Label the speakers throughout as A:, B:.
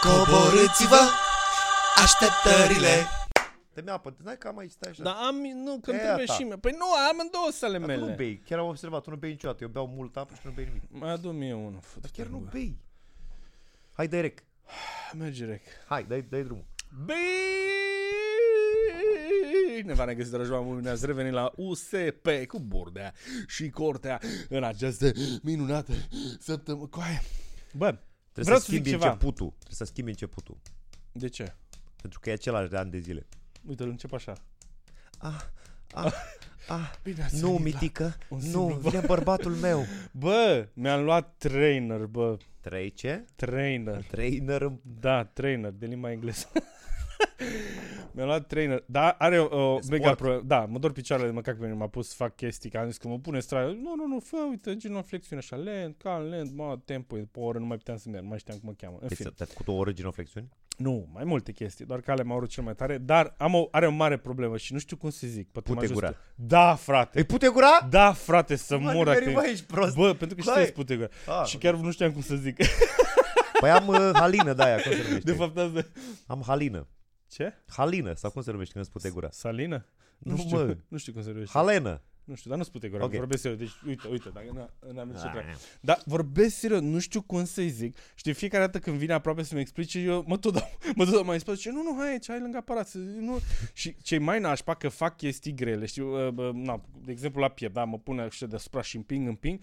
A: Coborâți-vă așteptările
B: Te mi apă, n-ai cam aici, stai așa.
C: Dar am, nu, când
B: E a
C: trebuie
B: Da. ta.
C: și mie. Păi nu, am în două sale
B: Dar tu nu
C: mele.
B: bei, chiar am observat, tu nu bei niciodată. Eu beau mult apă și nu bei nimic.
C: Mai adu mie unul. fă-te
B: Dar chiar nu
C: în gură.
B: bei. Hai, Derek.
C: Merge rec.
B: Hai, dai, dai drumul.
C: Bine v-am regăsit, dragi oameni, ne-ați revenit la USP cu Burdea și Cortea în această minunată săptămână. Coaie. Bă,
B: Trebuie
C: vreau
B: să
C: să zic
B: schimbi
C: ceva.
B: începutul. Trebuie să schimbi începutul.
C: De ce?
B: Pentru că e același de ani de zile.
C: Uite, îl încep așa.
B: Ah, ah, ah.
C: Bine ați
B: Nu,
C: venit la-
B: mitică,
C: un
B: nu,
C: simplu
B: vine bărbatul meu.
C: Bă, mi-am luat trainer, bă.
B: Trei ce?
C: Trainer.
B: Trainer în...
C: Da, trainer, de limba engleză. Mi-a luat trainer. Da, are o, o mega problemă. Da, mă dor picioarele de măcac pe mine, m-a pus să fac chestii, că am zis că mă pune strada. Nu, nu, nu, fă, uite, gen o flexiune așa, lent, calm, lent, mă, tempo, e, pe o oră nu mai puteam să merg, nu mai știam cum mă cheamă. În
B: Deci
C: fine.
B: te-a făcut o oră genoflexiuni?
C: Nu, mai multe chestii, doar că alea m-au urât cel mai tare, dar am o, are o mare problemă și nu știu cum să zic. Poate
B: Pute
C: mă
B: gura.
C: ajută. Da, frate.
B: Îi pute gura?
C: Da, frate, să
B: Mă,
C: mor
B: nimeni,
C: dacă...
B: bă, ești prost.
C: Bă, pentru că
B: Băi.
C: știi pute gura.
B: Ah,
C: Și chiar nu știam cum să zic.
B: Păi am uh, halină de aia, cum se numește?
C: De fapt, asta...
B: Am halină.
C: Ce?
B: Halină, sau cum se numește când îți pute gura?
C: Salină? Nu,
B: Nu,
C: știu,
B: mă.
C: nu știu cum se numește.
B: Halenă.
C: Nu știu, dar nu spune gura,
B: Ok.
C: okay. vorbesc serios. Deci, uite, uite, dacă n-a- n-am zis ce
B: Ah.
C: trebuie. Dar vorbesc serios, nu știu cum să-i zic. Știi, fiecare dată când vine aproape să-mi explice, eu mă tot dau, mă tot dau mai spus, nu, nu, hai aici, hai lângă aparat. să- Nu. Și cei mai nașpa că fac chestii grele, știi, uh, uh, na, de exemplu la piept, da, mă pune așa deasupra și împing, împing.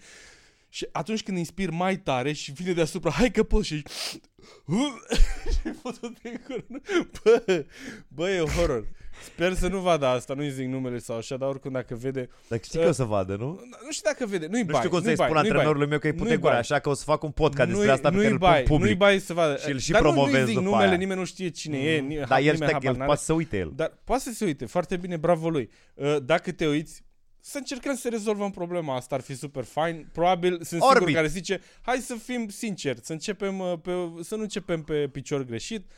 C: Și atunci când inspir mai tare și vine deasupra, hai că poți și... și fotul de gură. nu? Bă, bă, e horror. Sper să nu vadă asta, nu-i zic numele sau așa, dar oricum dacă vede,
B: Dar știi că o să vadă, nu?
C: nu- Nu știu dacă vede, nu-i
B: Nu
C: bai,
B: știu cum
C: nu-i
B: să-i spun
C: bai, nu-i bai.
B: antrenorului meu că îi pute
C: Nu-i
B: gura,
C: bai.
B: așa că o să fac un podcast despre
C: Nu-i-
B: asta pe
C: nu-i
B: care îl
C: bai,
B: pun
C: Nu-i
B: public.
C: bai să vadă.
B: Și îl și
C: Dar nu-
B: promovez
C: nu-i zic
B: după
C: numele,
B: aia. Mm.
C: nimeni nu știe cine e. ni-
B: Dar el,
C: nimeni
B: știe,
C: habar
B: el
C: n-are.
B: poate să uite el.
C: Dar poate să se uite, foarte bine, bravo lui. Uh, Dacă te uiți, să încercăm să rezolvăm problema asta, ar fi super fain. Probabil sunt
B: Orbit.
C: sigur care zice, hai să fim sinceri, să începem uh, pe, să nu începem pe picior greșit.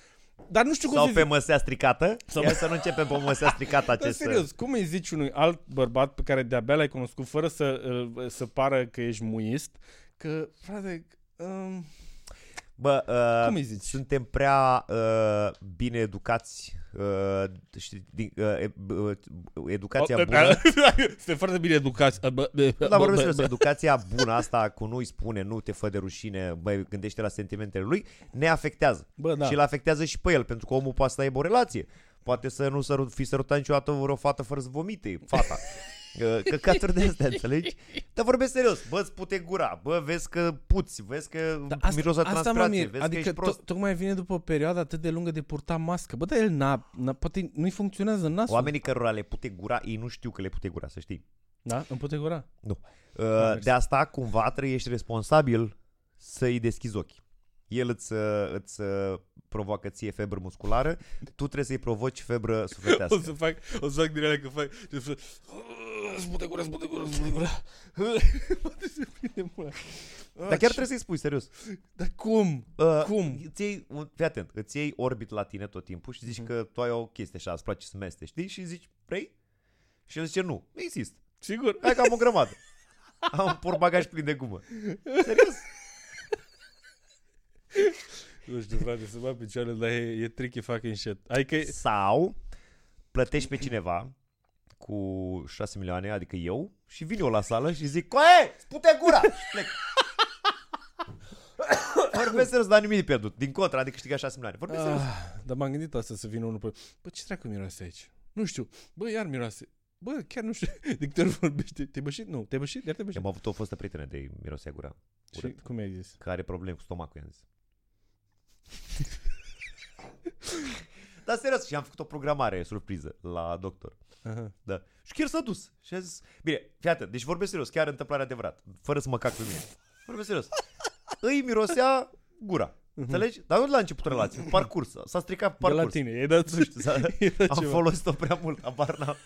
C: Dar nu știu cum
B: Sau
C: să
B: pe
C: zic.
B: măsea stricată? Sau să nu începem pe măsea stricată
C: Dar
B: acest... uh,
C: serios, cum îi zici unui alt bărbat pe care de-abia l-ai cunoscut fără să, îl- să pară că ești muist, că, frate, um,
B: Bă, uh,
C: Cum îi zici?
B: suntem prea uh, bine educați, uh, știi, din, uh, e- uh, educația bună.
C: Da, Suntem foarte bine educați. Bă, bă, bă,
B: Dar
C: bă,
B: vorbim serios,
C: bă.
B: educația bună asta cu nu-i spune, nu te fă de rușine, băi, gândește la sentimentele lui, ne afectează.
C: Bă, da.
B: Și îl afectează și pe el, pentru că omul poate să aibă o relație. Poate să nu săru- fi sărutat niciodată vreo fată fără să vomite, fata. Uh, Căcaturi de astea, înțelegi? Dar vorbesc serios, bă, îți pute gura, bă, vezi că puți, vezi că da,
C: asta,
B: miros la
C: asta mă
B: transpirație,
C: mir.
B: vezi că
C: Adică
B: ești prost.
C: to- tocmai vine după o perioadă atât de lungă de purta mască. Bă, dar el n-a, n-a poate nu-i funcționează nasul.
B: Oamenii cărora le pute gura, ei nu știu că le pute gura, să știi.
C: Da, îmi pute gura.
B: Nu. Uh, de asta, cumva, trebuie ești responsabil să-i deschizi ochii. El îți, uh, îți uh, provoacă ție febră musculară, tu trebuie să-i provoci febră
C: O
B: sufletească.
C: să fac, o să fac din alea că fac. Îți pute gura, îți pute gura, îți pute gura. Poate se prinde mula.
B: Dar chiar trebuie să-i spui, serios.
C: Dar cum?
B: Uh,
C: Cum?
B: Îți iei, un- fii atent, îți iei orbit la tine tot timpul și
C: Mhm.
B: zici că tu ai o chestie așa, îți place să meste, știi? Și zici, vrei? Și el zice, nu, insist.
C: Sigur?
B: Hai că am o grămadă. Am un portbagaj plin de gumă. Serios?
C: Nu știu, frate, să bag picioarele, dar e, e tricky fucking shit. Adică
B: Sau plătești pe cineva cu 6 milioane, adică eu, și vin eu la sală și zic, coe, spute gura! Și plec. Vorbesc serios, dar nimic de pierdut. Din contra, adică câștigat 6 milioane. Vorbesc serios.
C: Ah, dar m-am gândit asta să vină unul pe... Bă, ce dracu miroase aici? Nu știu. Bă, iar miroase. Bă, chiar nu știu. De câte ori vorbește. Te-ai bășit? Nu. Te-ai bășit? Iar te-ai bășit?
B: Am avut o fostă prietenă de mirosea gura,
C: Și cum ai zis?
B: care are probleme cu stomacul, i-am zis. dar serios, și am făcut o programare surpriză la doctor.
C: Aha.
B: Da. Și chiar s-a dus. Și a zis, bine, fii atent, deci vorbesc serios, chiar întâmplare adevărat, fără să mă cac pe mine. Vorbesc serios. Îi mirosea gura. Înțelegi? Dar nu de la începutul relației, pe parcurs. S-a stricat pe
C: Mhm. De la
B: parcurs.
C: tine. E dat, nu știu.
B: S-a-
C: E dat
B: Am
C: ceva.
B: folosit-o prea mult, abar n-am.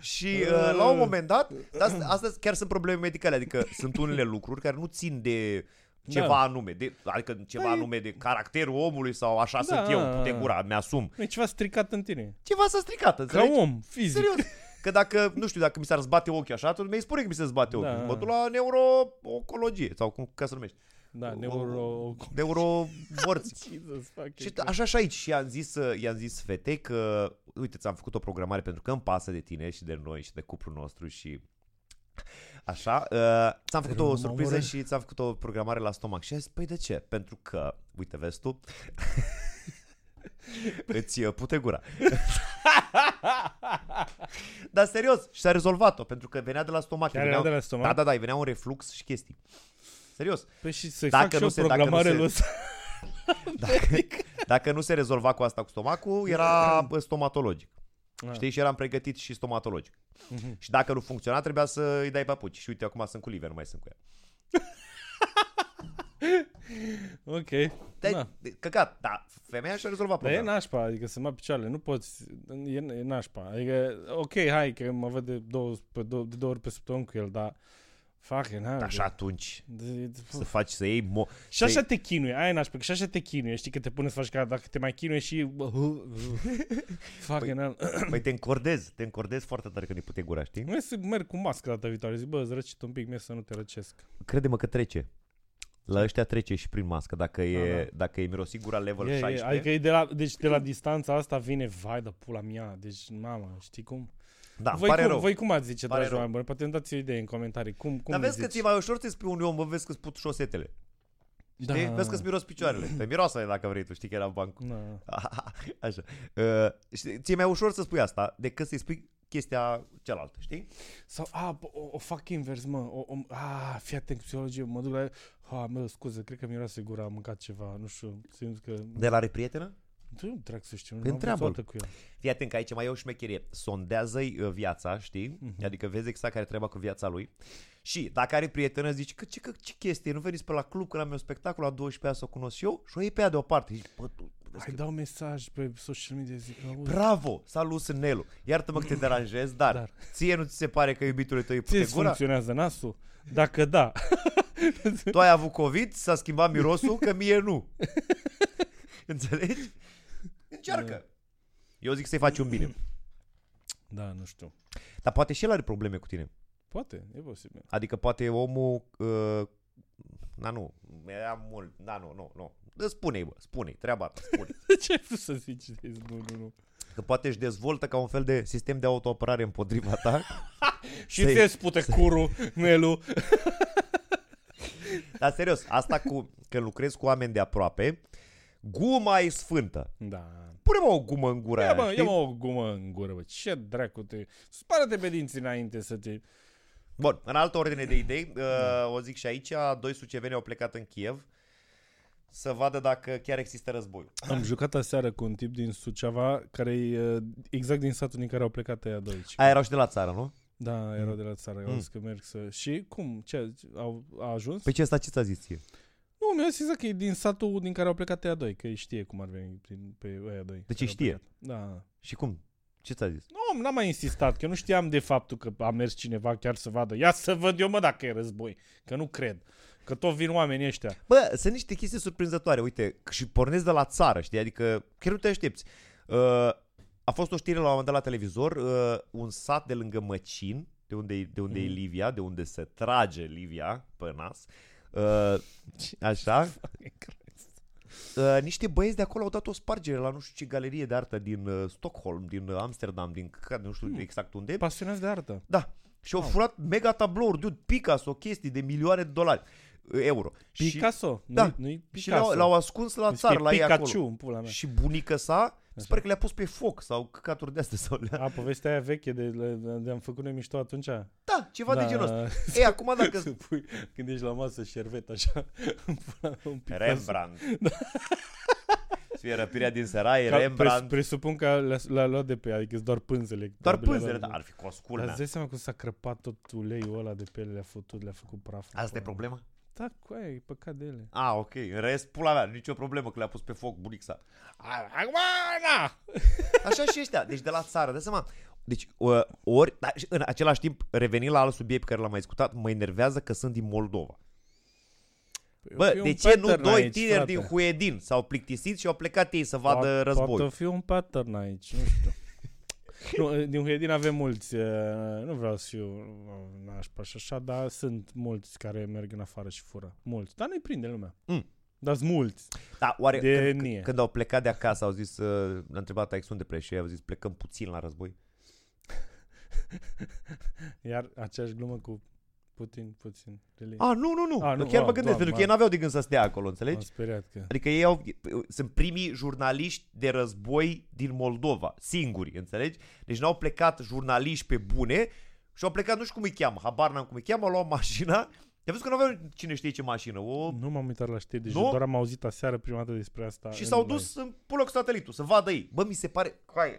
B: Și uh, la un moment dat, asta, asta chiar sunt probleme medicale, adică sunt unele lucruri care nu țin de ceva
C: Da. Păi-
B: anume, de, adică ceva anume de caracterul omului sau așa
C: Da.
B: sunt eu, pute gura, mi-asum.
C: Nu e ceva stricat în tine.
B: Ceva s-a stricat,
C: Ca
B: înțelegi?
C: om, fizic.
B: Serios. Că dacă, nu știu, dacă mi s-ar zbate ochii așa, atunci mi-ai spune că mi se zbate ochii.
C: Da.
B: Mă duc la neuroocologie sau cum ca se numește.
C: Da, neuro...
B: Neuromorți.
C: Jesus fucking
B: Și
C: Christ.
B: așa și aici și i-am zis, uh, i-am zis fetei că, uite, ți-am făcut o programare pentru că îmi pasă de tine și de noi și de cuplul nostru și așa, uh, ți-am făcut o
C: mă
B: surpriză
C: omoră.
B: și ți-am făcut o programare la stomac. Și a zis, păi de ce? Pentru că, uite, vezi tu, îți uh, pute gura. Dar serios, și s-a rezolvat-o, pentru că venea de la stomac.
C: Chiar
B: venea-
C: era de la stomac?
B: Da, da, da, îi venea un reflux și chestii. Serios.
C: Păi și să-i
B: Dacă
C: fac și
B: nu
C: o
B: se- dacă nu
C: programare
B: se-
C: lui ăsta.
B: Dacă nu se rezolva cu asta cu stomacul, era bă, stomatologic.
C: Ah. Mhm.
B: Știi? Și eram pregătit și stomatologic. Și dacă nu funcționa, trebuia să îi dai papuci. Și uite, acum sunt cu Live, nu mai sunt cu ea.
C: Ok.
B: Te,
C: Da.
B: Căcat, da, femeia și-a rezolvat
C: Dar e
B: problema.
C: nașpa, adică să mă picioarele, nu poți, e, e nașpa. Adică, ok, hai că mă văd de două, pe două, de două ori pe săptămână cu el, dar fucking hell.
B: Da, Așa atunci,
C: De- de-
B: să faci să iei... Mo-
C: Și așa te chinuie, aia e nașpa, că și așa te chinuie, știi că te pune să faci ca dacă te mai chinuie și... Fucking hell.
B: Păi te încordezi, te încordezi foarte tare când îi pute gura, știi?
C: Mie să merg cu mască data viitoare, zic, bă, îți răcit un pic, mie să nu te răcesc.
B: Crede-mă că trece. La ăștia trece și prin mască, dacă e,
C: Da,
B: dacă e mirosi gura level
C: E, e,
B: 16.
C: adică e de la, deci de la distanța asta vine, vai de pula mea, deci mama, știi cum?
B: da, îmi
C: voi,
B: pare
C: cum,
B: rău.
C: voi cum ați zice,
B: Pare
C: dragi
B: rău.
C: oameni buni? Poate îmi dați o idee în comentarii. Cum, cum
B: Dar
C: le
B: vezi că
C: zici?
B: ți-e mai ușor să spui unui om, bă, vezi că-ți put șosetele.
C: da.
B: Știi? Vezi că-ți miros picioarele. Te miroasă dacă vrei tu, știi că era în banc.
C: da.
B: Așa. Uh, știi, ți-e mai ușor să spui asta decât să-i spui chestia cealaltă, știi?
C: Sau, a, bă, o, o fac invers, mă. O, o, a, fii atent cu psihologie, mă duc la el. Ha, mă, scuze, cred că miroase gura, am mâncat ceva, nu știu, simt că...
B: De la reprietenă?
C: Tu nu trag să știu, nu
B: Păi
C: am
B: întreabă-l.
C: văzut cu el.
B: Fii atent că aici mai e o șmecherie. Sondează-i uh, viața, știi?
C: Mhm.
B: Adică vezi exact care e treaba cu viața lui. Și dacă are prietenă, zici, că ce, că, ce chestie, nu veniți pe la club când am eu spectacol la 12 să o cunosc eu? Și o iei pe ea deoparte. Zici, bă, tu, vezi
C: Hai, dau mesaj pe social media, zic, auzi,
B: Bravo! Salut, sunt Nelu. Iartă-mă că te deranjez, dar,
C: Dar.
B: ție nu ți se pare că iubitul tău
C: ție
B: e pute
C: îți
B: gura?
C: funcționează nasul? Dacă da,
B: Tu ai avut COVID, s-a schimbat mirosul, că mie nu. Înțelegi? Încearcă. Eu zic să-i faci un bine.
C: da, nu știu.
B: Dar poate și el are probleme cu tine.
C: Poate, e posibil.
B: Adică poate omul... Uh, na, nu. Era mult. Da, nu, nu, nu. Dă, Spune-i, bă. Spune-i. Treaba ta. Spune.
C: De ce ai vrut să zici? Nu, nu, nu.
B: Că poate își dezvoltă ca un fel de sistem de autoapărare împotriva ta.
C: Și
B: Să-i-
C: ți spute curul, Nelu.
B: Dar serios, asta cu... Când lucrezi cu oameni de aproape, guma e sfântă.
C: Da,
B: Pune-mă o gumă în gura
C: Ia
B: aia,
C: mă, ia
B: Da, știi?
C: mă o gumă în gură, bă. Ce dracu te... Spară-te pe dinții înainte să te...
B: Bun, în altă ordine de idei, uh, o zic și aici, doi suceveni au plecat în Kiev să vadă dacă chiar există războiul.
C: Am jucat aseară cu un tip din Suceava, care e exact din satul din care au plecat aia doi.
B: Aia erau și de la țară, nu?
C: Da, erau de la țară, au zis că merg să... Și cum? Ce? Au, a ajuns?
B: Păi ce asta ce ți-a zis ție?
C: Nu, mi-a zis exact că e din satul din care au plecat aia doi, că îi știe cum ar veni prin, pe aia doi.
B: Deci
C: care
B: îi
C: au
B: știe.
C: plecat. Da.
B: Și cum? Ce ți-a zis?
C: Nu, n-am mai insistat, că eu nu știam de faptul că a mers cineva chiar să vadă. Ia să văd eu, mă, dacă e război. Că nu cred. Că tot vin oamenii ăștia.
B: Bă, sunt niște chestii surprinzătoare, uite, c- și pornesc de la țară, știi, adică chiar nu te aștepți. Uh, a fost o știre la un moment dat la televizor, uh, un sat de lângă Măcin, de unde, e- de unde e Livia, de unde se trage Livia pe nas, uh, așa, Uh, niște băieți de acolo au dat o spargere la nu știu ce galerie de artă din uh, Stockholm, din uh, Amsterdam, din căcat, nu știu exact unde.
C: Pasionați de artă.
B: Da. Și au furat mega tablouri, dude, Picasso, chestii de milioane de dolari, uh, euro.
C: Picasso?
B: Da.
C: Nu-i, nu-i
B: Și, și
C: Picasso.
B: l-au, l-au ascuns la
C: Deci
B: țară,
C: e
B: la ei
C: Pikachu,
B: acolo.
C: în pula mea.
B: Și bunica sa, sper că le-a pus pe foc sau căcaturi de astea. Sau le-a...
C: A, povestea aia veche de, de, de am făcut noi mișto atunci.
B: Da, ceva
C: Da.
B: de genul ăsta. Ei, acum dacă...
C: Să pui, când ești la masă, șervet așa, în pula mea, un Picasso.
B: Rembrandt. Să fie răpirea din serai,
C: Da. Ca, pres,
B: Rembrandt.
C: presupun că le-a, le-a luat de pe ea, adică sunt doar pânzele.
B: Doar
C: probabil
B: pânzele,
C: alea
B: da,
C: de-
B: ar fi cos
C: Dar
B: culmea.
C: îți dai seama cum s-a crăpat tot uleiul ăla de pe ele, le-a făcut, le-a făcut praf. în
B: Asta e
C: pula mea.
B: problema?
C: Da, cu aia e păcat de ele.
B: A, ok. În rest, pula mea, nicio problemă că le-a pus pe foc bunica.
C: Acum, na!
B: Așa și ăștia, deci de la țară, de seama. Deci, uh, ori, dar și în același timp, revenind la alt subiect pe care l-am mai discutat, mă enervează că sunt din Moldova.
C: Păi,
B: Bă, de ce nu doi tineri din Huedin s-au plictisit și au plecat ei să vadă război?
C: Poate fi un pattern aici, nu știu. Nu, din Huiedin avem mulți, uh, nu vreau să fiu uh, nașpa și așa, dar sunt mulți care merg în afară și fură. Mulți, dar nu-i prinde lumea.
B: Mm.
C: Dar sunt mulți.
B: Da, oare
C: De
B: când,
C: etnie.
B: când, când au plecat de acasă au zis, uh, l-a întrebat Alex unde pleci și ei au zis plecăm puțin la război.
C: Iar aceeași glumă cu Putin, puțin. Really.
B: A, nu, nu, nu,
C: A,
B: A,
C: nu,
B: nu chiar
C: wow,
B: mă
C: doamne,
B: gândesc, pentru că ei
C: man.
B: n-aveau de gând să stea acolo,
C: M-am
B: înțelegi?
C: speriat că...
B: Adică ei au, sunt primii jurnaliști de război din Moldova, singuri, înțelegi? Deci n-au plecat jurnaliști pe bune și au plecat, nu știu cum îi cheamă, habar n-am cum îi cheamă, au luat mașina. Te văzut că nu aveau cine știe ce mașină, o...
C: Nu m-am uitat la știri, deci
B: Nu?
C: doar am auzit aseară prima dată despre asta.
B: Și
C: în
B: s-au
C: live.
B: dus în pulă cu satelitul, să vadă ei. Bă, mi se pare... Hai,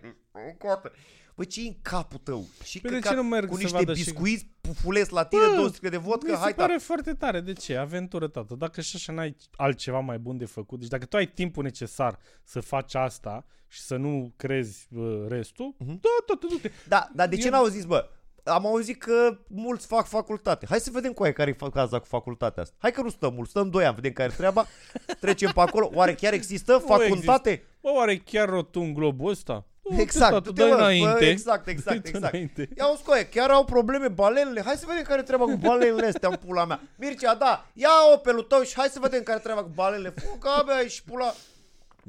B: încoate. Bă, ce în capul tău? Și
C: Păi
B: că
C: de ce nu merg
B: cu
C: să
B: niște
C: vadă și-
B: biscuiți, pufulesc la tine,
C: Bă,
B: 200 de vodcă,
C: Mi se
B: hai,
C: pare
B: da.
C: foarte tare. De ce? Aventură, tată. Dacă și așa n-ai altceva mai bun de făcut, deci dacă tu ai timpul necesar să faci asta și să nu crezi uh, restul,
B: Mhm.
C: mm-hmm. da, tată, du-te.
B: Da, dar de ce
C: Eu-
B: n-au zis, bă? Am auzit că mulți fac facultate. Hai să vedem cu aia care e caza cu facultatea asta. Hai că nu stăm mult, stăm 2 ani, vedem care e treaba, trecem pe acolo. Oare chiar există facultate?
C: Bă, oare e chiar rotund globul ăsta? Du-te,
B: Exact,
C: tată,
B: du-te,
C: dai
B: mă,
C: înainte.
B: bă, exact, exact,
C: Du-te
B: exact.
C: înainte.
B: Ia o scoie, chiar au probleme balenele. Hai să vedem care e treaba cu balenele astea în pula mea. Mircea, da, ia Opelul tău și hai să vedem care e treaba cu balenele. Fuga mea și pula.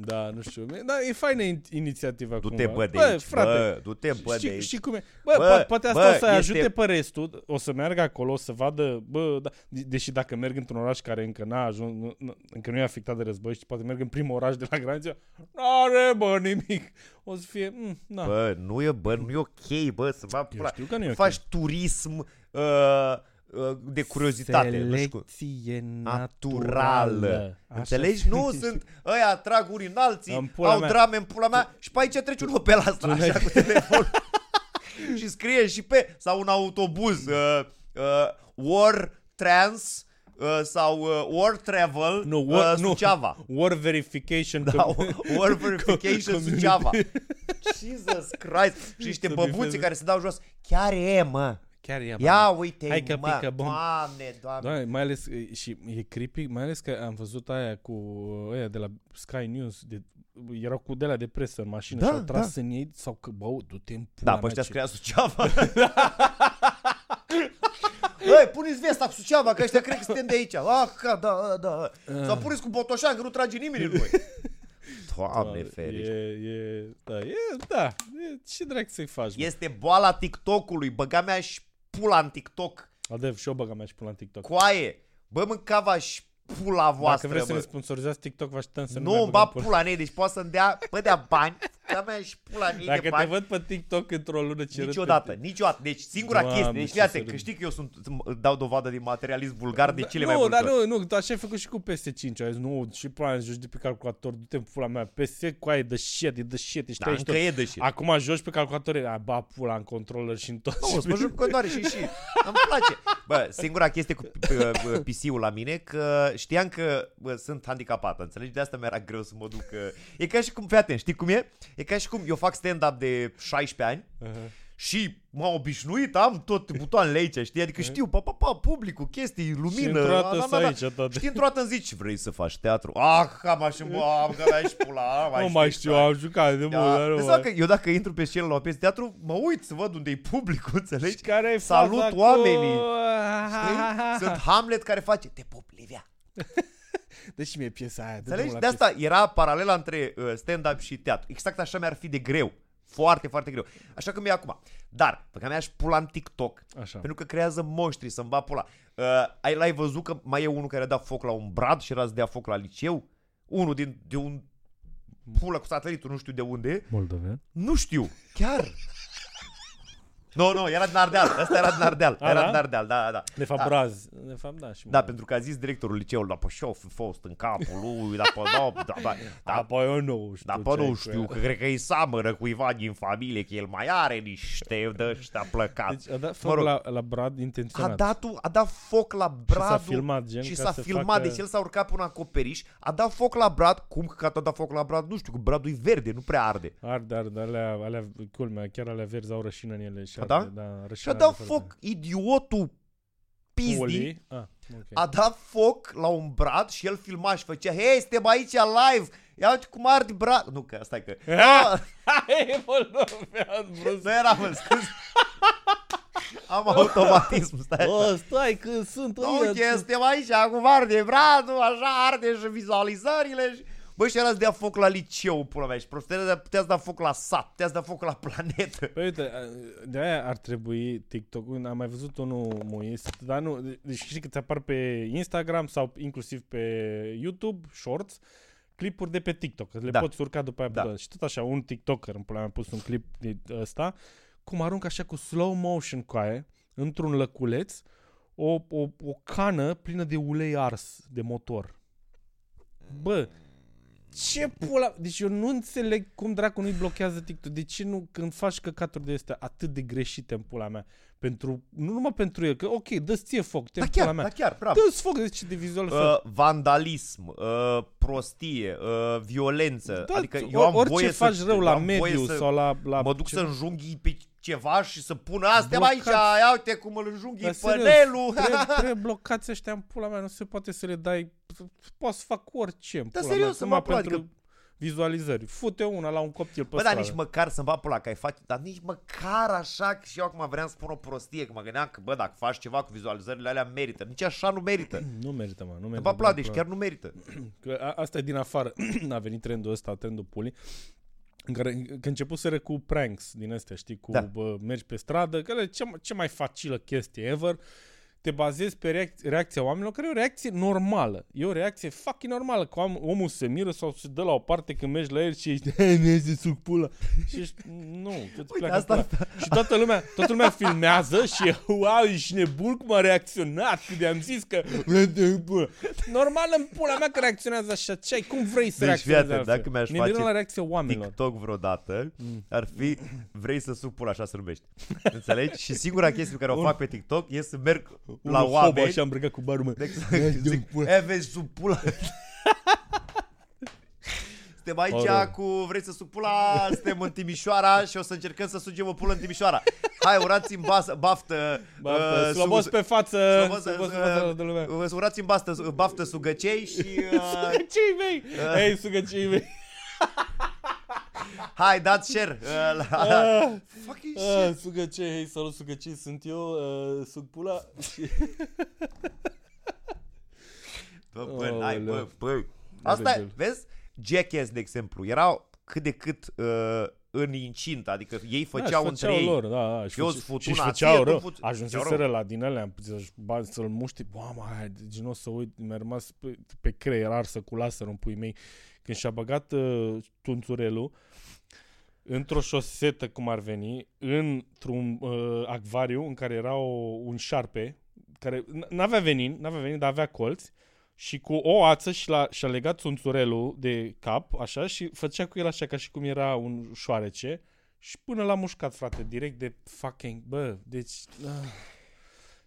C: Da, nu știu. Da, e faină in- inițiativa
B: Du-te
C: cumva.
B: bă de
C: bă,
B: aici,
C: frate,
B: bă, du-te bă de
C: Știi,
B: aici.
C: știi cum e? Bă,
B: Bă,
C: bă poate asta
B: bă,
C: bă, o să
B: este-
C: ajute pe restul, o să meargă acolo, o să vadă, bă, da, de- deși dacă merg într-un oraș care încă n-a ajuns, nu- nu- încă nu e afectat de război și poate merg în primul oraș de la graniță, n-are, bă, nimic. O să fie, mm, na. Bă.
B: Bă, nu e, bă, nu e ok, bă, să fac pula.
C: știu că nu e ok.
B: Faci turism uh, uh, de curiozitate. Nu știu cum. naturală.
C: Așa.
B: Înțelegi? Nu sunt ăia trag unii în alții,
C: În pula
B: au
C: mea.
B: drame în pula mea și pe aici trece un Opel Astra
C: Tu n-ai-
B: așa cu telefon și scrie și pe sau un autobuz uh, uh, War Trans uh, sau uh, War Travel
C: Nu, war,
B: uh,
C: nu.
B: Suceava.
C: War verification.
B: Da, War Verification
C: community.
B: Suceava. Jesus Christ! Și niște
C: Să
B: băbuții
C: bifeze.
B: care se dau jos. Chiar e, mă!
C: Chiar e,
B: Ia uite
C: Hai că
B: mă!
C: pică bomb.
B: Doamne, doamne!
C: Doamne, mai ales, e, și e creepy, mai ales că am văzut aia cu ăia de la Sky News, de, erau cu de la de presă în mașină
B: Da,
C: și au tras
B: da.
C: în ei, sau că, bă, du-te în pula
B: Da,
C: mea,
B: pe ăștia
C: ce-
B: scria Suceava. Băi, puneți vesta cu Suceava, că ăștia cred că suntem de aici. Ah, ca, da, da. Sau puneți cu Botoșan, că nu trage nimeni în noi. Doamne ferește.
C: E, e, da, e, da, e, ce dracu să-i faci, e...
B: Este boala TikTok-ului, băga mea și pula în TikTok.
C: Adev, și eu băga mea și pun la TikTok.
B: Coaie, bă mâncava și pula
C: Dacă
B: voastră,
C: vreți să ne
B: bă.
C: sponsorizați TikTok, vă așteptăm să nu,
B: Nu,
C: mai
B: îmi
C: băgăm
B: bag pula în ei, deci poate să-mi dea, bă, dea bani, ca mea și pula în ei de
C: Dacă te
B: bani.
C: văd pe TikTok într-o lună, ce
B: Niciodată, niciodată. Deci singura
C: Doamne,
B: chestie, deci
C: ce
B: fii atent,
C: să
B: că
C: râd.
B: știi că eu sunt, dau dovadă din materialism vulgar de cele
C: nu,
B: mai multe
C: dar
B: ori.
C: nu, nu, tu așa ai făcut și cu PS5, ai zis, nu, și pula mea, joci de pe calculator, du-te în pula mea, PS cu aia e de shit, e de shit, ești
B: Da,
C: aici
B: încă
C: tot.
B: e de shit.
C: Acum joci pe calculator, e, a, ba pula în controller și în tot.
B: Nu, o să mă joc în continuare și și îmi place. Bă, singura chestie cu p- p- PC-ul la mine că știam că bă, sunt handicapat, înțelegi? De asta mi-era greu să mă duc. că- E ca și cum, fii atent, știi cum e? E ca și cum eu fac stand-up de 16 ani și m-am obișnuit, am tot butoanele aici, știi? Adică știu, pa, pa, pa, publicul, chestii, lumină.
C: într-o dată
B: a, da,
C: sunt
B: da, da.
C: aici toate.
B: Știi, într-o dată îmi zici, vrei să faci teatru? Ah, cam așa, bă, am că mi-aș pula, am,
C: Nu mai știu, am jucat de mult,
B: da,
C: dar
B: de
C: nu
B: seama
C: mai-
B: că eu dacă intru pe scenă la o piesă de teatru, mă uit să văd unde e publicul, înțelegi?
C: Și care e
B: Salut
C: faza cu-
B: oamenii! Știi? Sunt Hamlet care face Te pup, Livia
C: Dă și mie piesa aia, dă
B: Înțelegi?
C: drumul
B: De
C: la
B: asta era paralela între uh, stand-up și teatru Exact așa mi-ar fi de greu Foarte, foarte greu Așa că mi-e acum Dar, pe care mi-aș pula în TikTok
C: piesă. Așa.
B: Da. Pentru că creează moștri să-mi va pula uh, ai, L-ai văzut că mai e unul care a dat foc la un brad Și era să dea foc la liceu? Unul din, de un pulă cu satelitul, nu știu de unde
C: Moldoven?
B: Nu știu, chiar Nu, nu, era din Ardeal Asta era din Ardeal,
C: A,
B: era
C: da?
B: din Ardeal, da, da, da
C: De fapt,
B: da.
C: Braz. De fapt, da, și
B: Da, pentru că a zis directorul liceului, da, pe și-o fi fost în capul lui, da, pe, da, da, da, da,
C: Apoi eu nu știu
B: da, pe
C: ce-i
B: nu
C: cu
B: știu,
C: ea.
B: că cred că îi seamănă cuiva din familie, că el mai are niște de ăștia plăcați.
C: Deci a dat
B: Mă
C: foc
B: rog.
C: la, la Brad
B: A da.
C: intenționat.
B: dat, a dat foc la Brad
C: filmat, gen,
B: și
C: ca
B: s-a
C: să
B: filmat
C: facă-
B: deci el s-a urcat până în acoperiș, a dat foc la Brad, cum că a dat foc la Brad, nu știu, că Bradul e verde, nu prea arde.
C: Arde, arde, alea, alea, culmea, chiar alea verzi au rășină în ele. Și
B: A, da?
C: da
B: Și
C: rășină
B: a
C: arde
B: dat
C: foarte-
B: foc idiotul pizdi
C: Poli. Ah, okay.
B: a dat foc la un brad și el filma și făcea Hei, suntem aici live! Ia uite cum arde brad! Nu, că stai că...
C: Ah! Hai, mă, nu, am vrut
B: Nu eram în scuz. Am automatism, stai așa.
C: Bă, stai că sunt
B: Nu,
C: ăia-
B: ce, suntem aici, acum arde bradul, așa arde și vizualizările și... Bă, și era să dea foc la liceu, pula mea, și prostul putea să da foc la sat, putea să da foc la planetă.
C: Păi uite, a- de-aia ar trebui TikTok-ul, am mai văzut unul muist, dar nu, de- deci știi că ți apar pe Instagram sau inclusiv pe YouTube, Shorts, clipuri de pe TikTok, că le
B: Da.
C: poți urca după aia
B: Da.
C: da. Și tot așa, un TikToker, în pula mea, a pus un clip de ăsta, cum aruncă așa cu slow motion cu aia, într-un lăculeț, o, o, o cană plină de ulei ars de motor. Bă, ce
B: Mm.
C: pula... Deci eu nu înțeleg cum dracu nu-i blochează TikTok. De ce nu, când faci căcaturi de astea atât de greșite în pula mea? Pentru, nu numai pentru el, că ok, dă-ți ție foc, te
B: Da
C: da
B: chiar,
C: pula mea.
B: da chiar, bravo.
C: Dă-ți foc, deci de vizual uh,
B: Uh, vandalism, uh, prostie, uh, violență.
C: da,
B: adică eu am
C: orice
B: voie
C: faci
B: să,
C: rău
B: eu
C: la
B: am voie
C: mediu
B: să,
C: sau la... la
B: mă duc
C: ce-
B: să înjunghii pe ceva și să pun astea
C: Blocați.
B: aici, ia uite cum îl înjunghii
C: Dar serios,
B: pănelul.
C: Trebuie, trebuie blocați ăștia în pula mea, nu se poate să le dai, poți să fac orice în
B: Dar
C: pula
B: serios, să
C: mea, numai
B: mă apuc,
C: pentru vizualizări. Fute una la un copil pe
B: Bă, dar
C: stradă.
B: nici măcar să-mi va pula că ai face, dar nici măcar așa, că și eu acum vreau să spun o prostie, că mă gândeam că, bă, dacă faci ceva cu vizualizările alea, merită. Nici așa nu merită. Îmi
C: Nu merită, mă, nu merită.
B: va
C: nu
B: pula,
C: mi-a
B: deci
C: plăcut.
B: chiar nu merită.
C: Că a- asta e din afară. a venit trendul ăsta, trendul pulii. În care, că începuseră cu pranks din astea, știi, cu
B: Da.
C: da. bă, mergi pe stradă, că e cea, mai- cea mai facilă chestie ever. Te bazezi pe reac- reacția oamenilor, care e o reacție normală. E o reacție fucking normală, că om, omul se miră sau se dă la o parte când mergi la el și ești, mi de suc pula. Și ești, nu, tu-ți pleacă
B: asta-
C: asta, Și toată lumea, toată lumea filmează și e, wow, ești nebun cum a reacționat, cât de-am zis că... Normal în pula mea că reacționează așa, ce ai, cum vrei să
B: Deci, fii
C: reacționezi
B: atent,
C: altfel?
B: dacă mi-aș
C: Ne
B: face
C: mirăm la reacția oamenilor.
B: TikTok vreodată ar fi vrei să suc pula, așa se numește. Înțelegi? Și singura chestie pe care o fac pe TikTok e să merg la
C: Unul hobo
B: oameni
C: așa am brăcat cu barul meu.
B: Exact. Zic, e, vezi, sub pula. Suntem aici
C: Oră.
B: cu vrei să sug pula, suntem în Timișoara și o să încercăm să sugem o pulă în Timișoara. Hai, urați-mi bas- baftă.
C: Baftă,
B: uh,
C: slobos
B: sug-
C: pe față,
B: slobos,
C: slobos pe
B: uh,
C: față de lumea.
B: uh, Urați-mi baftă, baftă sugăcei și uh,
C: Sugăcii mei! Ei, sugăcii mei!
B: hai, dați share. Uh, la...
C: Ah,
B: Fucking shit.
C: ah, Sugăcii, hei, salut sugăcii, sunt eu, uh, sug pula.
B: Bă, bă, n-ai, bă,
C: Aoleu.
B: bă. Asta e,
C: Oribil.
B: vezi? Jackass, de exemplu, erau cât de cât uh, în incintă, adică ei făceau
C: da, își
B: între ei.
C: lor, da, da, și
B: Eu
C: făce-
B: îți fut
C: și își
B: una, ție,
C: făceau
B: tu
C: rău.
B: fuți-
C: Ajunseseră la din alea, am putut să-și ba- să-l muști, bă, mă, hai, deci nu o să uit, mi-a rămas pe, pe creier arsă cu laser în pui mei. Când și-a băgat uh, tunțurelul într-o șosetă, cum ar veni, într-un uh, acvariu în care era o, un șarpe, care n- n-avea venin, n-avea venin, dar avea colți, și cu o ață și l-a, și-a legat tunțurelul de cap, așa, și făcea cu el așa, ca și cum era un șoarece, și până l-a mușcat, frate, direct de fucking, bă, deci... ah.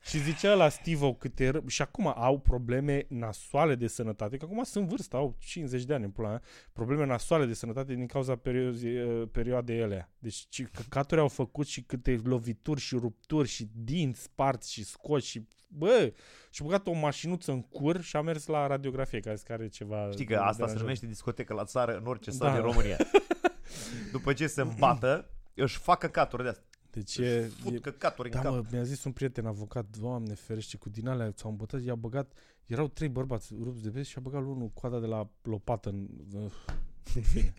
C: Și zicea la Steve cât e ră... Și acum au probleme nasoale de sănătate, că acum sunt vârstă, au 50 de ani în pula mea, probleme nasoale de sănătate din cauza perio- perioadei ele. Deci ce căcaturi au făcut și câte lovituri și rupturi și dinți sparți și scoși și... Bă, și-a băgat o mașinuță în cur și a mers la radiografie, ca zis că are ceva...
B: Știi că asta se
C: deranjat.
B: numește discotecă la țară în orice stat
C: Da.
B: din România. După ce se îmbată, își fac căcaturi de astea.
C: Deci e,
B: Fut
C: e,
B: căcaturi în
C: Da,
B: cap.
C: mă, mi-a zis un prieten avocat, doamne ferește, cu din alea s-au îmbătat, i-a băgat, erau trei bărbați rupți de vest și a băgat lui unul coada de la lopată în... În fine.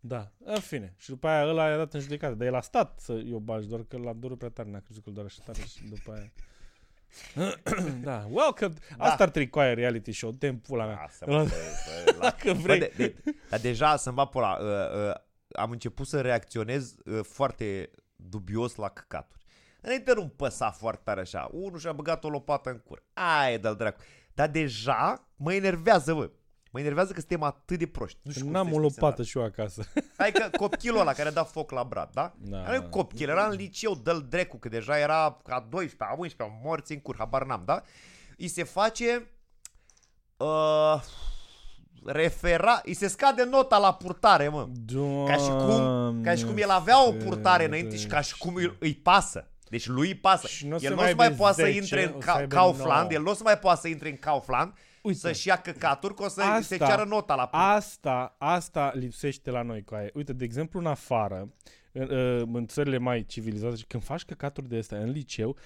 C: Da, în fine. Și după aia ăla i-a dat în judecată, dar el a stat să i-o bagi, doar că l-a durut prea tare, n-a crezut că îl doare așa tare și după aia... da, welcome! Da. Asta ar trebui cu aia reality show, te pula mea.
B: Lasă, Ah, mă, bă, bă, la-
C: Dacă
B: Bă,
C: vrei.
B: de, de, dar deja să-mi va pula. Uh, uh, am început să reacționez uh, foarte dubios la căcaturi. Înainte nu-mi păsa foarte tare așa. Unul și-a băgat o lopată în cur. Aia e de-al dracu. Dar deja mă enervează, bă. Mă enervează că suntem atât de proști. Nu știu cum
C: N-am
B: să
C: o
B: explic senzația.
C: lopată și eu acasă.
B: Hai că copchilul ăla care a dat foc la brad, da?
C: Da.
B: Era un copchil, era în liceu, dă-l drecu, că deja era a 12-a, a 11-a, morți în cur, habar n-am, da? Îi se face... Uh, refera... Îi se scade nota la purtare, mă. Ca și cum, ca și cum el avea o purtare
C: Doamne,
B: înainte și ca și cum îi, îi pasă. Deci lui îi pasă.
C: Și n-o să
B: el nu o
C: mai
B: să mai
C: aveți
B: poată să
C: 10,
B: intre în
C: o să
B: Ca-
C: aibă
B: Kaufland,
C: 9.
B: el nu o să mai poată să intre în Kaufland,
C: Uite.
B: să-și ia căcaturi, că o să se
C: Asta-
B: ceară nota la a...
C: Asta, asta lipsește la noi, coaie. Uite, de exemplu, în afară, în, uh, în țările mai civilizate, și când faci căcaturi de astea în liceu,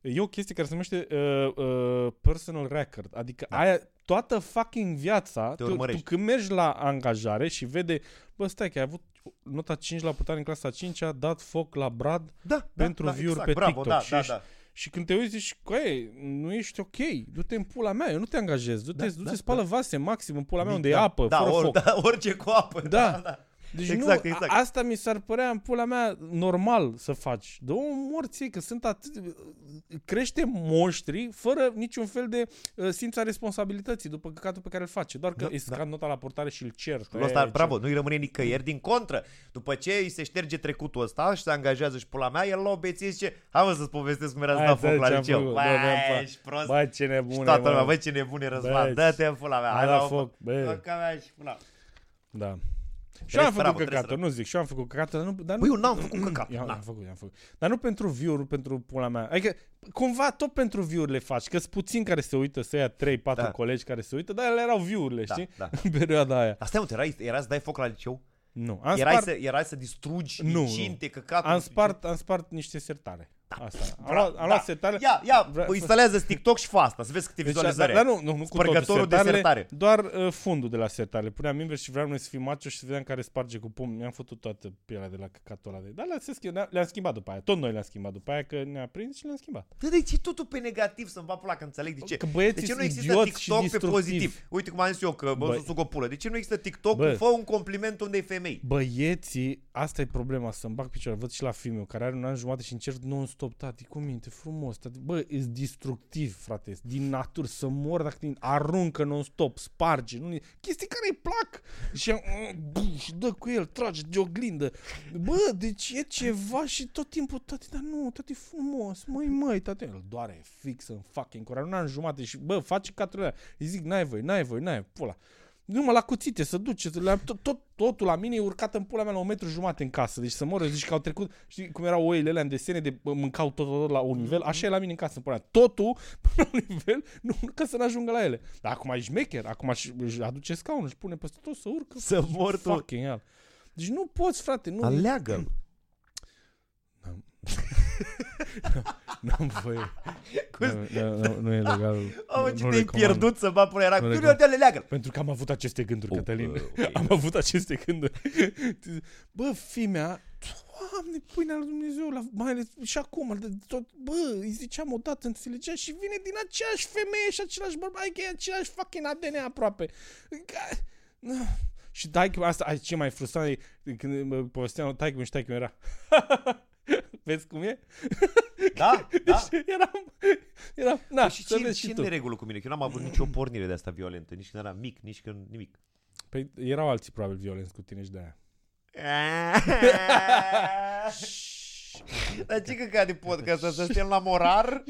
C: e o chestie care se numește uh, uh, personal record. Adică da. aia toată fucking viața, tu, tu
B: urmărești.
C: când mergi la angajare și vede, bă, stai că ai avut nota 5 la putare în clasa 5, a dat foc la Brad
B: Da, da,
C: pentru
B: da,
C: view-uri
B: exact,
C: pe
B: bravo,
C: TikTok.
B: da,
C: și,
B: da,
C: ești,
B: da.
C: și când te uiți zici, coaie, nu ești ok, du-te în pula mea, eu nu te angajez, du-te,
B: Da,
C: du-te
B: da,
C: spală vase maxim în pula mea
B: Din-
C: unde e apă,
B: da,
C: fără
B: or,
C: foc.
B: da, orice cu apă.
C: Da.
B: da, da.
C: Deci
B: Exact,
C: nu,
B: exact.
C: A, asta mi s-ar părea în pula mea normal să faci. Dă o morție, că sunt atât... Crește monștri fără niciun fel de uh, simț a responsabilității după căcatul pe care îl face. Doar că
B: Da,
C: da, îi scad nota la portare și îl cer.
B: Lui ăsta, bravo, nu-i rămâne nicăieri, din contră. După ce îi se șterge trecutul ăsta și se angajează și pula mea, el la o beție zice, hai mă să-ți povestesc cum era să dau foc la liceu. Bă, ești prost.
C: Bă, ce
B: Și
C: nebune,
B: toată lumea,
C: mă.
B: bă, ce nebune Răzvan,
C: Băi,
B: dă-te în pula mea.
C: a
B: hai
C: dat
B: la o-
C: foc, bă.
B: Foca mea și pula.
C: Da. Și eu am
B: bravo,
C: făcut
B: trebuie
C: căcaturi,
B: să-
C: nu zic, și eu am făcut căcaturi, dar nu... Dar nu
B: Băi, eu n-am făcut căcat.
C: I-am,
B: n-am.
C: i-am făcut, i-am făcut. Dar nu pentru view-uri, pentru pula mea. Adică, cumva tot pentru view-urile faci, că sunt puțini care se uită, să ia 3, 4
B: Da.
C: da. colegi care se uită, dar ele erau view-urile,
B: Da,
C: știi?
B: da.
C: În perioada aia.
B: Asta mă, erai, erai să dai foc la liceu?
C: Nu, am
B: Erai
C: spart,
B: să, erai să distrugi
C: Nu, nu.
B: incinte, căcatul.
C: am spart, am spart niște sertare. Da. Asta. Am luat, am
B: da.
C: luat sertare.
B: Ia, ia, păi,
C: Vre-
B: bă, instalează TikTok și fă asta, să vezi câte
C: Deci,
B: vizualizări
C: dar
B: ai.
C: nu, nu, nu cu
B: Spărgătorul
C: totul,
B: de sertare.
C: sertarele, doar uh, fundul de la sertare. Le puneam invers și vreau noi să fim macho și să vedem care sparge cu pumn. Mi-am făcut toată pielea de la căcatul ăla. De... Dar le-am schimbat, le-am schimbat după aia. Tot noi le-am schimbat după aia că ne-a prins și le-am schimbat.
B: Da, de ce e totul pe negativ să-mi va pula că înțeleg de ce?
C: Că băieții
B: de ce nu
C: sunt
B: există
C: idioți și
B: TikTok pe
C: destructivi.
B: pozitiv? Uite cum am zis eu că bă,
C: Bă.
B: suc o pulă. De ce nu există TikTok?
C: Bă.
B: Fă un compliment unei femei.
C: Băieții, asta e problema, să-mi bag picioarele. Văd și la filmul care are un an jumate și încerc non-stop, tati, cu minte, frumos, tati. Bă, e destructiv, frate, e din natură, să mor dacă te aruncă non-stop, sparge, nu chestii care îi plac. Și, am, bum, și dă cu el, trage de oglindă. Bă, deci e ceva și tot timpul, tati, dar nu, tati, frumos, măi, măi, tati. Îl doare fix în fucking core, are un an jumate și, bă, face catrulea. Îi zic, n-ai voi, n-ai voi, n-ai, voi, pula. Nu mă, la cuțite, să duce, să- la, tot, tot, totul la mine e urcat în pula mea la un metru jumate în casă. Deci să moră, zici că au trecut, știi cum erau oile alea în desene de bă, mâncau tot, tot, tot la un nivel, așa e la mine în casă, în pula mea. Totul până la un nivel, nu, ca să n-ajungă la ele. Dar acum e șmecher, acum își, își aduce scaunul, își pune peste tot să urcă.
B: Să mor tu.
C: Fucking hell. Deci nu poți, frate, nu.
B: Aleagă-l.
C: N-am voie. Nu- nu- Nu e legal.
B: Omă,
C: Nu
B: ce te-ai
C: recomand.
B: pierdut să mă pune. Era
C: Nu
B: curios
C: recomand.
B: de leagă-l.
C: Pentru că am avut aceste gânduri,
B: Oh,
C: Cătălin.
B: bă, ok.
C: am avut aceste gânduri. Bă, fimea, doamne, pâinea lui Dumnezeu, la, mai ales și acum, de tot, bă, îi ziceam odată, înțelegea și vine din aceeași femeie și același bărbat, adică e același fucking ADN aproape. Ca- Și taică asta, ai, ce mai frustrant e, când mă povesteam, taică și taică era. Vezi cum e?
B: Da, da.
C: Deci eram, eram, na,
B: Păi Și
C: să
B: ce,
C: vezi
B: ce
C: și
B: e
C: tu.
B: în regulă cu mine? Că eu n-am avut nicio pornire de asta violentă, nici când eram mic, nici când nimic.
C: Păi erau alții probabil violenți cu tine și de aia.
B: Dar ce căcat de podcast ăsta? Suntem la morar?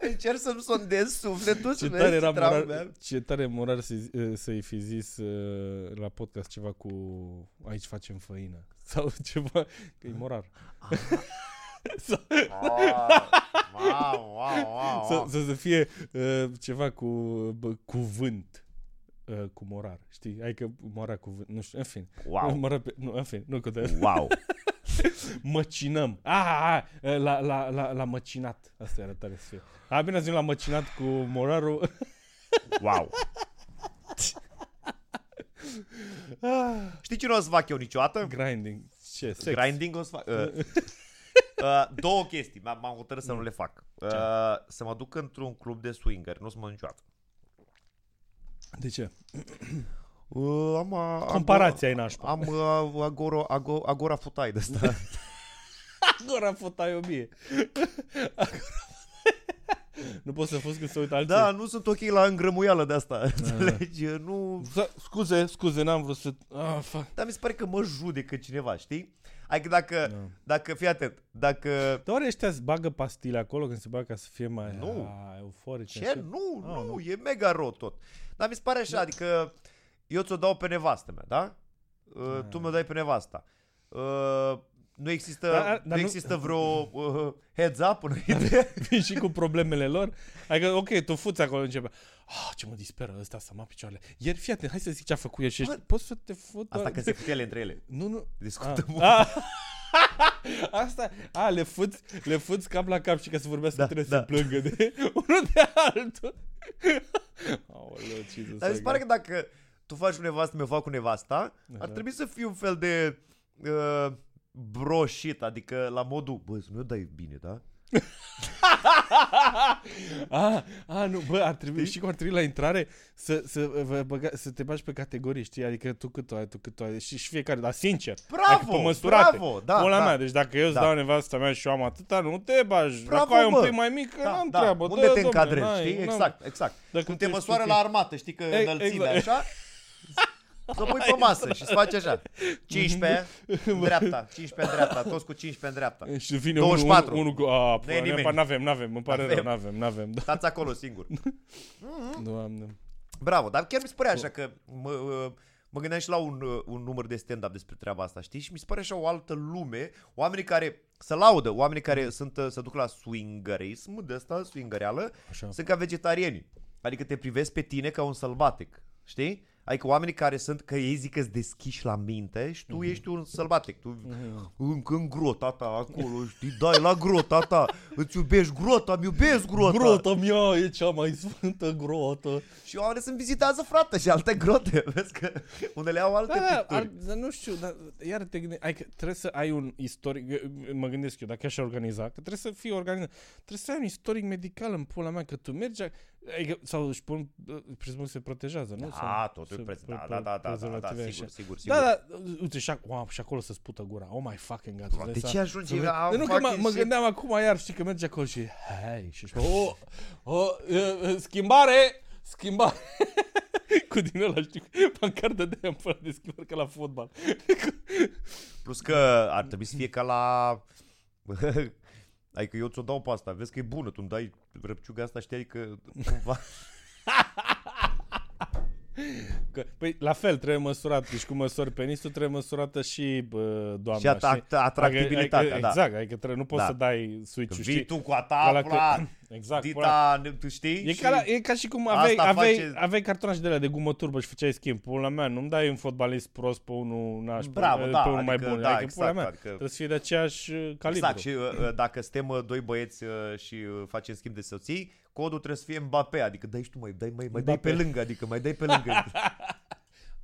B: Încerc să-mi sondez sufletul
C: Ce
B: să vezi
C: tare, era
B: treabă
C: morar,
B: aveam.
C: ce tare morar să-i, ă, să-i fi zis uh, la podcast ceva cu aici facem făină sau ceva, că e morar. Sau-
B: Ah, Wow, wow, wow,
C: Să,
B: wow.
C: să, să fie uh, ceva cu bă, cuvânt uh, cu morar, știi? Hai că mora cuvânt, nu știu, în fine.
B: Wow.
C: Mora pe, nu, în fine, nu contează.
B: Wow.
C: Măcinăm. Ah, ah, ah, la, la, la, la măcinat. Asta era tare să fie. A, bine ați venit la măcinat cu morarul.
B: Wow. Știi ce nu o să fac eu niciodată?
C: Grinding. Ce? Sex.
B: Grinding o să fac. Uh, uh, două chestii, m-am m-am hotărât să nu le fac. Uh, să mă duc într-un club de swingeri, nu o să mă duc niciodată.
C: De ce?
B: Uh, am, a,
C: Comparația e nașpa.
B: Am uh, agoro, ago, agora futai de asta.
C: Agora fotai o mie. nu poți să fuzi când se uită alții.
B: da, nu sunt ok la îngrămuială de asta. Înțelegi? Nu...
C: Sa- Scuze, scuze, n-am vrut să... Ah, fuck.
B: Dar mi se pare că mă judecă cineva, știi? Adică dacă,
C: Da.
B: dacă, fii atent, dacă...
C: Dar oare ăștia îți bagă pastile acolo când se bagă ca să fie mai
B: Nu.
C: a, euforice?
B: Ce?
C: așa?
B: Nu,
C: Ah,
B: nu, e mega rot tot. Dar mi se pare așa, adică da?
C: Da.
B: eu ți-o dau pe nevastă mea, da? Uh, tu mi-o dai pe nevasta. Uh, nu există,
C: Dar- dar
B: nu
C: nu-
B: există vreo uh, heads up înainte.
C: Vin și cu problemele lor. Adică, ok, tu fuți acolo începe. Ah, ce mă disperă ăsta să mă ia picioarele. Ieri, fii atent, hai să zic ce a făcut el și ești, poți să te fut
B: Asta
C: doar-
B: că se fut ele între ele.
C: Nu, nu.
B: Discutăm mult.
C: A. Ah. Asta, a, le fuți, le fuți cap la cap și ca să vorbească
B: Da,
C: da, trebuie
B: da.
C: să plângă de unul de altul. Aoleu, Jesus,
B: Dar mi se pare că dacă tu faci cu nevastă, mi-o fac cu nevasta, ar
C: Așa.
B: trebui să fie un fel de uh, bro shit, adică la modul, bă, să nu dai bine, da?
C: A, a, Ah, nu, bă, ar trebui, știi cum ar trebui la intrare să, să, uh, vă băga, să te bagi pe categorii, știi? Adică tu cât o ai, tu cât o ai, și, și fiecare, dar sincer.
B: Bravo,
C: adică pe măsurate.
B: bravo, da,
C: Pula
B: da.
C: mea, deci dacă eu îți
B: Da.
C: dau nevasta mea și eu am atâta, nu te bagi.
B: Bravo,
C: dacă ai un
B: bă.
C: pic mai mic,
B: da,
C: Păi n-am treabă.
B: Unde
C: dă,
B: te
C: domne,
B: încadrezi,
C: n-ai,
B: știi?
C: n-am-
B: Exact, exact.
C: Dacă
B: Cum
C: tu
B: te
C: ești
B: măsoară
C: ok.
B: la armată, știi că
C: E-
B: înălțimea
C: exact.
B: așa? Să o pui pe masă și să faci așa. 15 în dreapta, 15 în dreapta, toți cu 15 în dreapta.
C: Și vine
B: 24.
C: 24. unul, unul, unul a,
B: Nu e
C: pula mea,
B: nimeni.
C: pa, n-avem, n-avem, îmi pare rău,
B: N-avem.
C: n-avem, n-avem. Da.
B: Stați acolo singur.
C: Doamne.
B: Bravo, dar chiar mi se părea așa că mă, uh, mă gândeam și la un, uh, un număr de stand-up despre treaba asta, știi? Și mi se pare așa o altă lume, oamenii care se laudă, oamenii
C: Mm.
B: care sunt, uh, se duc la swingerism, de asta, swingereală,
C: Așa.
B: sunt ca vegetarianii. Adică te privesc pe tine ca un sălbatic, știi? Adică oamenii care sunt, că ei zic că sunt deschiși la minte și
C: Mm-hmm.
B: tu ești un sălbatic. Tu încă în grota ta acolo, știi, dai la grota ta, îți iubești grota, îmi iubesc grota.
C: Grota mea e cea mai sfântă grotă.
B: Și oamenii sunt vizitează, frate, și alte grote. Vezi că unele au alte
C: Da, da, ar,
B: picturi.
C: dar nu știu, dar iar te gândești, ai, că trebuie să ai un istoric, eu- eu- mă gândesc eu, dacă aș organiza, că trebuie să fii organizat, trebuie să ai un istoric medical în pula mea, că tu mergi, a- adică, sau își pun, presupun că se protejează, nu?
B: Da,
C: Sau-
B: totul
C: se
B: e preț.
C: pun
B: Da, da, da, da, da, da,
C: prezervative,
B: sigur,
C: așa.
B: sigur, sigur.
C: Da, da, uite, și, ac- wow, și acolo se spută gura. Oh my fucking god.
B: de
C: să-
B: ce ajungi
C: da. să vezi-
B: la
C: Nu, că mă,
B: Păi fucking
C: mă
B: shit?
C: gândeam acum iar, știi că merge acolo și hai, și o, oh, oh, uh, schimbare, schimbare. cu din ăla, știi, cu pancardă de aia în până de schimbare ca la fotbal.
B: Plus că ar trebui să fie ca la... Adică eu ți-o dau pe asta, vezi că e bună, tu îmi dai răpciuga asta, știai că cumva...
C: Că, păi, la fel, trebuie măsurat. Deci, cum măsori penisul, trebuie măsurată și bă, doamna.
B: Și atac-
C: știi?
B: atractibilitatea,
C: adică,
B: da.
C: Exact, adică trebuie, nu poți
B: Da.
C: să dai switch-ul,
B: Vii
C: știi?
B: tu cu
C: Ca la
B: ata, pula,
C: că- exact, pula.
B: dita, ne- tu știi?
C: E
B: Și-
C: ca, la, e ca și cum
B: Asta
C: aveai, aveai,
B: face-
C: aveai cartonașe de alea de gumă turbă și făceai schimb. Pula mea, nu-mi dai un fotbalist prost pe unul, naș, pe-
B: Bravo,
C: pe,
B: da,
C: unul mai
B: adică,
C: bun.
B: da,
C: adică, pula
B: exact,
C: mea,
B: adică-
C: trebuie să fie de aceeași uh, calibru.
B: Exact, și uh, uh, dacă suntem uh, doi băieți uh, și uh, facem schimb de soții, codul trebuie să fie Mbappé, adică dai și tu, mai dai, mai, mai dai pe
C: Mbappé.
B: lângă, adică mai dai pe lângă.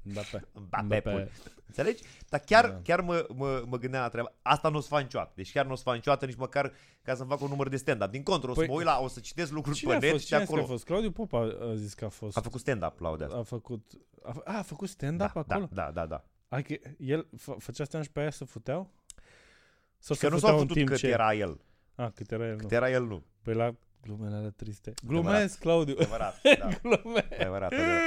C: Da, pe.
B: Mbappé. pun. Înțelegi? Dar chiar, da. chiar mă, mă, mă gândeam la treaba. Asta nu o să fac niciodată. Deci chiar nu o să fac niciodată nici măcar ca să-mi fac un număr de stand-up. Din contră, o să
C: Păi-
B: mă uit la, o să citesc lucruri
C: Cine
B: pe
C: a
B: net
C: fost?
B: și
C: Cine a zis că a
B: acolo.
C: fost? Claudiu Popa a zis că a fost.
B: A făcut stand-up la aude asta.
C: a făcut, a, fă- a, a făcut stand-up acolo?
B: Da, da, da. da.
C: Adică el f- făcea stand și pe aia să futeau? Sau
B: Că
C: se
B: nu s-a
C: futeau în
B: putut
C: timp
B: cât
C: ce...
B: era el.
C: A, cât era el, nu.
B: Cât era el, nu.
C: Păi la glumele alea triste. Glumesc, Claudiu.
B: Adevărat, da.
C: Glumesc.
B: Adevărat, adevărat.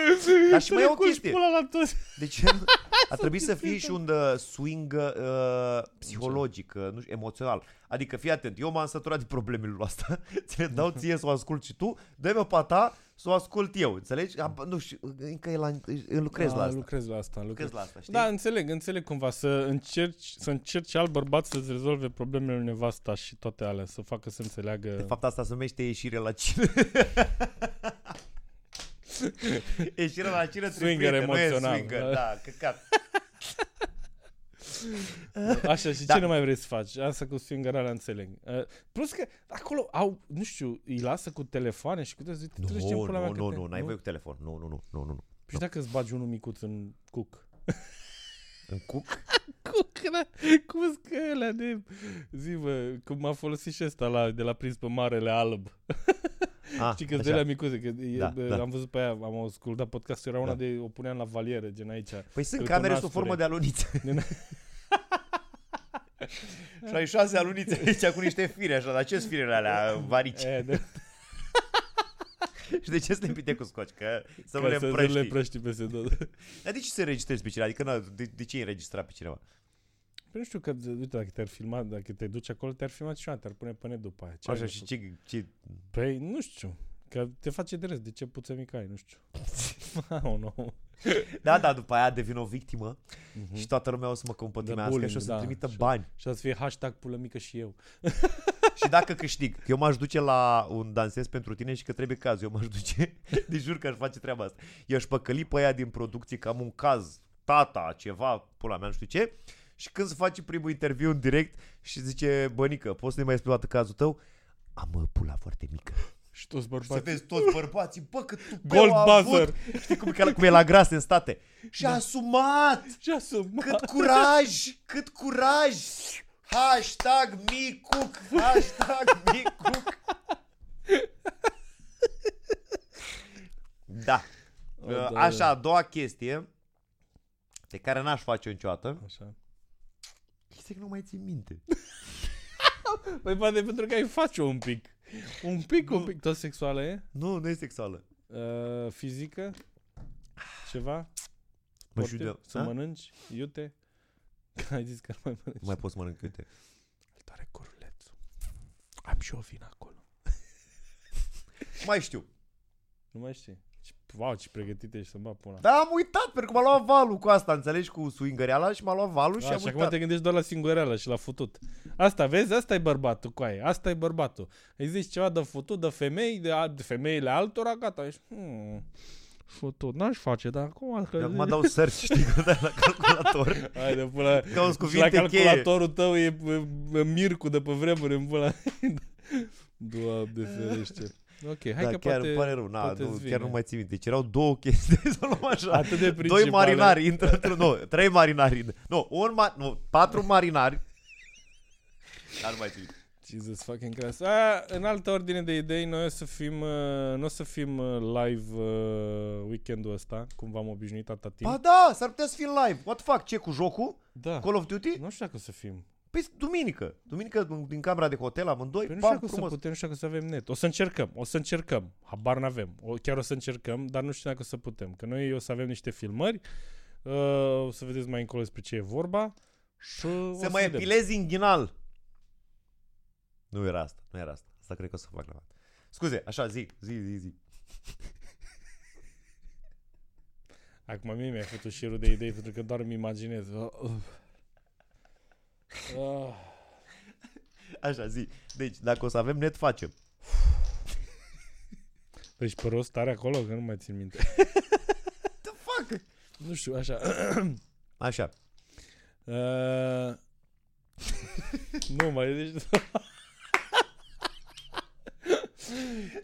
B: Dar și mai e o chestie.
C: Pula la toți.
B: Deci a trebuit să fie și un uh, swing uh, psihologic, uh, nu știu, emoțional. Adică fii atent, eu m-am săturat de problemele lui asta, ți le dau ție să o ascult și tu, dă-mi o pata să o ascult eu, înțelegi? Am, nu știu, încă e la, îl lucrez la
C: Da,
B: asta.
C: Lucrez la asta, lucrez.
B: Lucrez la asta, știi?
C: Da, înțeleg, înțeleg cumva să încerci, să încerci alt bărbat să-ți rezolve problemele lui nevasta și toate alea, să facă să înțeleagă.
B: De fapt asta se numește ieșire la cine. ieșire la cine
C: Swinger
B: triplită, nu e
C: emoțional,
B: swinger,
C: da.
B: da, căcat.
C: Așa, și
B: Da.
C: ce nu mai vrei să faci? Asta cu swingerarea înțeleg. Uh, plus că acolo au, nu știu, îi lasă cu telefoane și cu toate, zic, treci în
B: Nu,
C: pula mea
B: nu,
C: că
B: nu,
C: te- Păi
B: nu, n-ai voie cu telefon. Nu, nu, nu, nu, nu, nu.
C: Și dacă îți bagi unul micuț în cuc?
B: În cuc?
C: Cuc, da? Cum îți că ăla de... Zi, mă, cum a folosit și ăsta la, de la prins pe Marele Alb.
B: Ah,
C: Știi că
B: așa.
C: de la micuțe, că e,
B: Da,
C: da,
B: da.
C: am văzut pe aia, am ascultat podcastul, era una
B: Da.
C: de... O puneam la valieră, gen aici.
B: Păi sunt
C: Cred că
B: camere
C: n-aș
B: sub formă
C: spune.
B: de alunițe. și ai șase alunițe aici cu niște fire așa, dar ce firele alea varici?
C: Aia de,
B: Și de ce să le împite cu scoci? Că să
C: ca
B: nu le
C: să nu le
B: împrăști.
C: prăști peste tot.
B: Dar de ce să înregistrezi pe cineva? Adică na, de, de ce ai înregistrat pe cineva?
C: Păi nu știu că, uite, dacă te-ar filma, dacă te duci acolo, te-ar filma cineva, te-ar pune pe net după aia. Ce
B: Așa
C: ai
B: și
C: făcut?
B: ce, ce...
C: Păi, nu știu. Că te face de râs, de ce puță mică ai, nu știu. oh, no.
B: Da, da, după aia devin o victimă
C: Mhm.
B: și toată lumea o să mă compătimească
C: bullying,
B: și o să
C: da,
B: trimită
C: și-
B: bani.
C: Și o să fie hashtag pulă mică și eu.
B: Și dacă câștig, că eu m-aș duce la un dansez pentru tine și că trebuie caz, eu m-aș duce, de jur că aș face treaba asta. Eu aș păcăli pe aia din producție că am un caz, tata, ceva, pula mea, nu știu ce, și când se face primul interviu în direct și zice, bănică, poți să ne mai spui o dată cazul tău? Am bă, pula foarte mică.
C: Și toți
B: Și să
C: bărbații.
B: vezi toți bărbații, bă, cât tu
C: Gold buzzer. Da.
B: avut. Știi cum, e ca- cum e la grase în state. Și a asumat!
C: Și asuma.
B: Cât curaj! Cât curaj! Hashtag micuc! Hashtag micuc! Da.
C: O, da, da.
B: Așa, a doua chestie pe care n-aș face-o niciodată.
C: Așa.
B: Chestia că nu mai țin minte.
C: Păi poate pentru că ai face un pic. Un pic, un pic. Tot sexuală e?
B: Nu, nu e sexuală.
C: Uh, fizică? Ceva?
B: Mă
C: Poftim?
B: știu de...
C: Să
B: Ha?
C: mănânci? Iute? Că ai zis că nu mai mănânci.
B: Mai poți să mănânc câte.
C: Tare corulețul. Am și o vină acolo.
B: Mai știu.
C: Nu mai știi. Ce- Wow, ce pregătite ești să-mi bag pula.
B: Dar am uitat, pentru că m-a luat valul cu asta, înțelegi, cu swingereala și m-a luat valul și
C: A,
B: am
C: Da, și acum
B: uitat.
C: te gândești doar la singureală și la futut. Asta, vezi? Asta e bărbatul cu aia. Asta e bărbatul. Îi zici ceva de futut, de femei, de, al- de femeile altora, gata. Ești, hmm, futut. N-aș face, dar acum... Că...
B: Eu acum dau search, știi, cu ăla la calculator.
C: Hai de pula.
B: Cauți
C: Și la
B: cuvinte cheie.
C: calculatorul tău e e, Mircu de pe vremuri în pula. Doamne ferește. Ok, hai
B: da,
C: că
B: chiar
C: poate...
B: îmi pare rău, na,
C: poate
B: nu,
C: îți
B: chiar
C: vine.
B: nu mai țin minte. Deci erau două chestii, să o luăm așa.
C: Atât de
B: Doi
C: principale.
B: marinari intră într-un, nu, trei marinari. Nu, un ma- nu, patru marinari. Dar nu mai țin minte.
C: Jesus fucking Christ. A, în altă ordine de idei, noi o să fim, uh, nu o să fim uh, live uh, weekendul ăsta, cum v-am obișnuit atâta timp.
B: Ba da, s-ar putea să fim live. What the fuck, ce cu jocul?
C: da.
B: Call of Duty?
C: Nu știu dacă o să fim.
B: Păi duminică. Duminică din- din camera de hotel amândoi.
C: Păi nu știu
B: Bam,
C: dacă o să
B: frumos.
C: putem, nu știu dacă o să avem net. O să încercăm, o să încercăm. Habar n-avem. O, chiar o să încercăm, dar nu știu dacă o să putem. Că noi o să avem niște filmări, uh, o să vedeți mai încolo despre ce e vorba. Și o
B: Să
C: să
B: mă
C: vedem.
B: epilezi în ghinal. Nu era asta, nu era asta. Asta cred că o să fac la dată. Scuze, așa, zi, zi, zi, zi.
C: Acum mie mi-ai făcut șirul de idei pentru că doar îmi imaginez. Uh, uh. Uh.
B: Așa, zi. Deci, dacă o să avem net, facem.
C: Deci pe rost are acolo, că nu mai țin minte.
B: The fuck?
C: Nu știu, așa.
B: Așa.
C: Uh, nu mai, deci...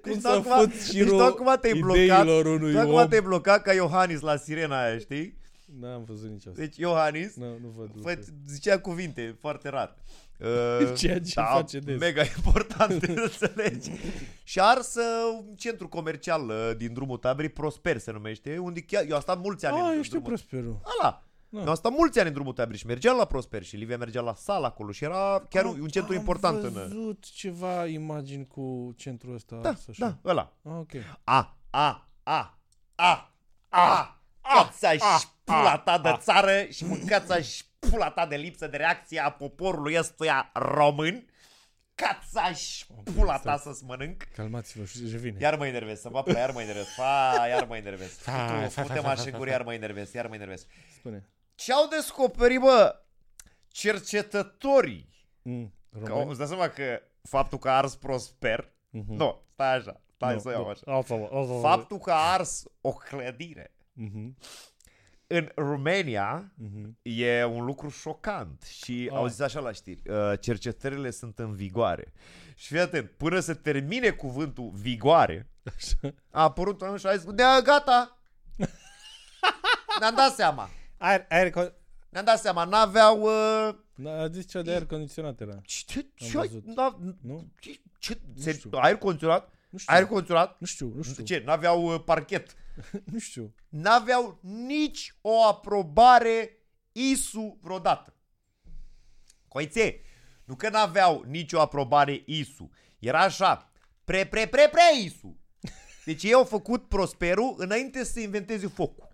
C: Cum să
B: Deci tu acum-
C: fut
B: deci
C: șirul
B: tu acum te-ai blocat,
C: ideilor unui
B: Tu
C: om?
B: acum te-ai blocat ca Iohannis la sirena aia, știi?
C: N-am văzut nici asta.
B: Deci Iohannis
C: Nu, nu văd
B: fă,
C: lucruri.
B: zicea cuvinte foarte rar. Uh,
C: Ceea ce face des.
B: mega important, înțelegi? Și a ars uh, un centru comercial uh, din drumul Taberei, Prosper se numește, unde chiar, eu am stat mulți ani
C: Ah,
B: în
C: eu știu
B: drumul
C: Prosperul.
B: Ala.
C: Da.
B: Da. Am stat mulți ani în drumul Taberei și mergeam la Prosper și Livia mergea la sala acolo și era chiar un un centru important
C: Ah, Am
B: în...
C: văzut ceva imagini cu centrul ăsta.
B: Da,
C: ars așa.
B: da, ăla.
C: Ah, ok.
B: A, a, a, a, a, cața și pula ta de țară și mâncața și pula ta de lipsă de reacție a poporului ăstuia român. Cața și pula ta să-ți mănânc.
C: Calmați-vă, și revine.
B: Iar mă enervez, să mă apă, iar mă enervez. Fa, iar mă enervez.
C: Fa, fa, fa,
B: Fute- Fute-mă
C: fa,
B: așa
C: fa,
B: în
C: fa,
B: gură, iar mă enervez, iar mă enervez.
C: Spune.
B: Ce au descoperit, bă, cercetătorii?
C: Mm,
B: Că,
C: român?
B: au- îți dai seama că faptul că a ars prosper,
C: Mhm.
B: nu, stai așa, stai
C: Nu,
B: să o iau
C: nu.
B: așa.
C: Altă, altă, altă.
B: Faptul că a ars o clădire
C: Mhm,
B: în România
C: mhm.
B: e un lucru șocant și
C: Ah.
B: au zis așa la știri, uh, cercetările sunt în vigoare. Și fii atent, până se termine cuvântul vigoare,
C: Așa.
B: a apărut un om și a zis, da, gata, ne-am dat seama,
C: Aer, aer, con-
B: ne-am dat seama, n-aveau... Uh,
C: Na, a zis cea de aer condiționat era.
B: ce,
C: Am
B: ce,
C: văzut.
B: n-a-
C: Nu?
B: ce, ce, se-
C: știu.
B: aer condiționat?
C: Nu știu.
B: Aer condiționat?
C: Nu știu, nu
B: Nu știu
C: știu.
B: ce, n-aveau uh, parchet.
C: Nu știu.
B: N-aveau nici o aprobare ISU vreodată. Coițe, nu că n-aveau nicio aprobare ISU. Era așa, pre-pre-pre-pre ISU. Deci ei au făcut prosperul înainte să inventeze focul.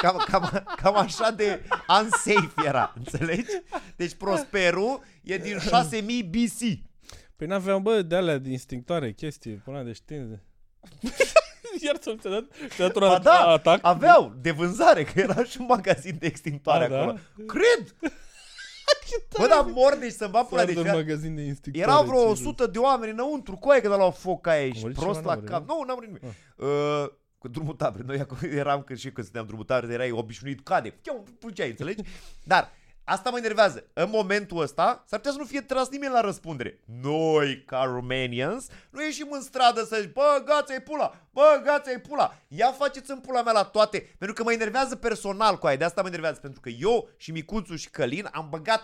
B: Cam, cam, cam așa de unsafe era, înțelegi? Deci prosperul e din 6000 BC.
C: Păi n-aveam, bă, de alea de instinctoare, chestii, până de științe. Iar ți-am ți-a dat, ți-a dat un
B: Ba
C: at-
B: da,
C: atac.
B: Aveau de vânzare, că era și un magazin de extintoare
C: A, da?
B: acolo. Cred! Bă, dar mor deci să-mi va pula.
C: Soartă
B: Deci
C: un
B: era-
C: magazin de instinctoare.
B: erau vreo
C: ce
B: 100 de oameni înăuntru, coaie că de la foc ca
C: A
B: ești,
C: murit
B: prost
C: cineva,
B: la
C: n-a
B: cap. Nu, n-am murit nimeni. Uh, Cu drumul tabere. Noi acolo eram, că și când suntem drumul tabere, erai obișnuit, cade. Eu puceai, înțelegi? Dar Asta mă enervează. În momentul ăsta s-ar putea să nu fie tras nimeni la răspundere. Noi, ca Romanians, nu ieșim în stradă să zici, bă, gața-i pula, bă, gața-i pula. Ia faceți în pula mea la toate, pentru că mă enervează personal cu aia. De asta mă enervează, pentru că eu și Micuțu și Călin am băgat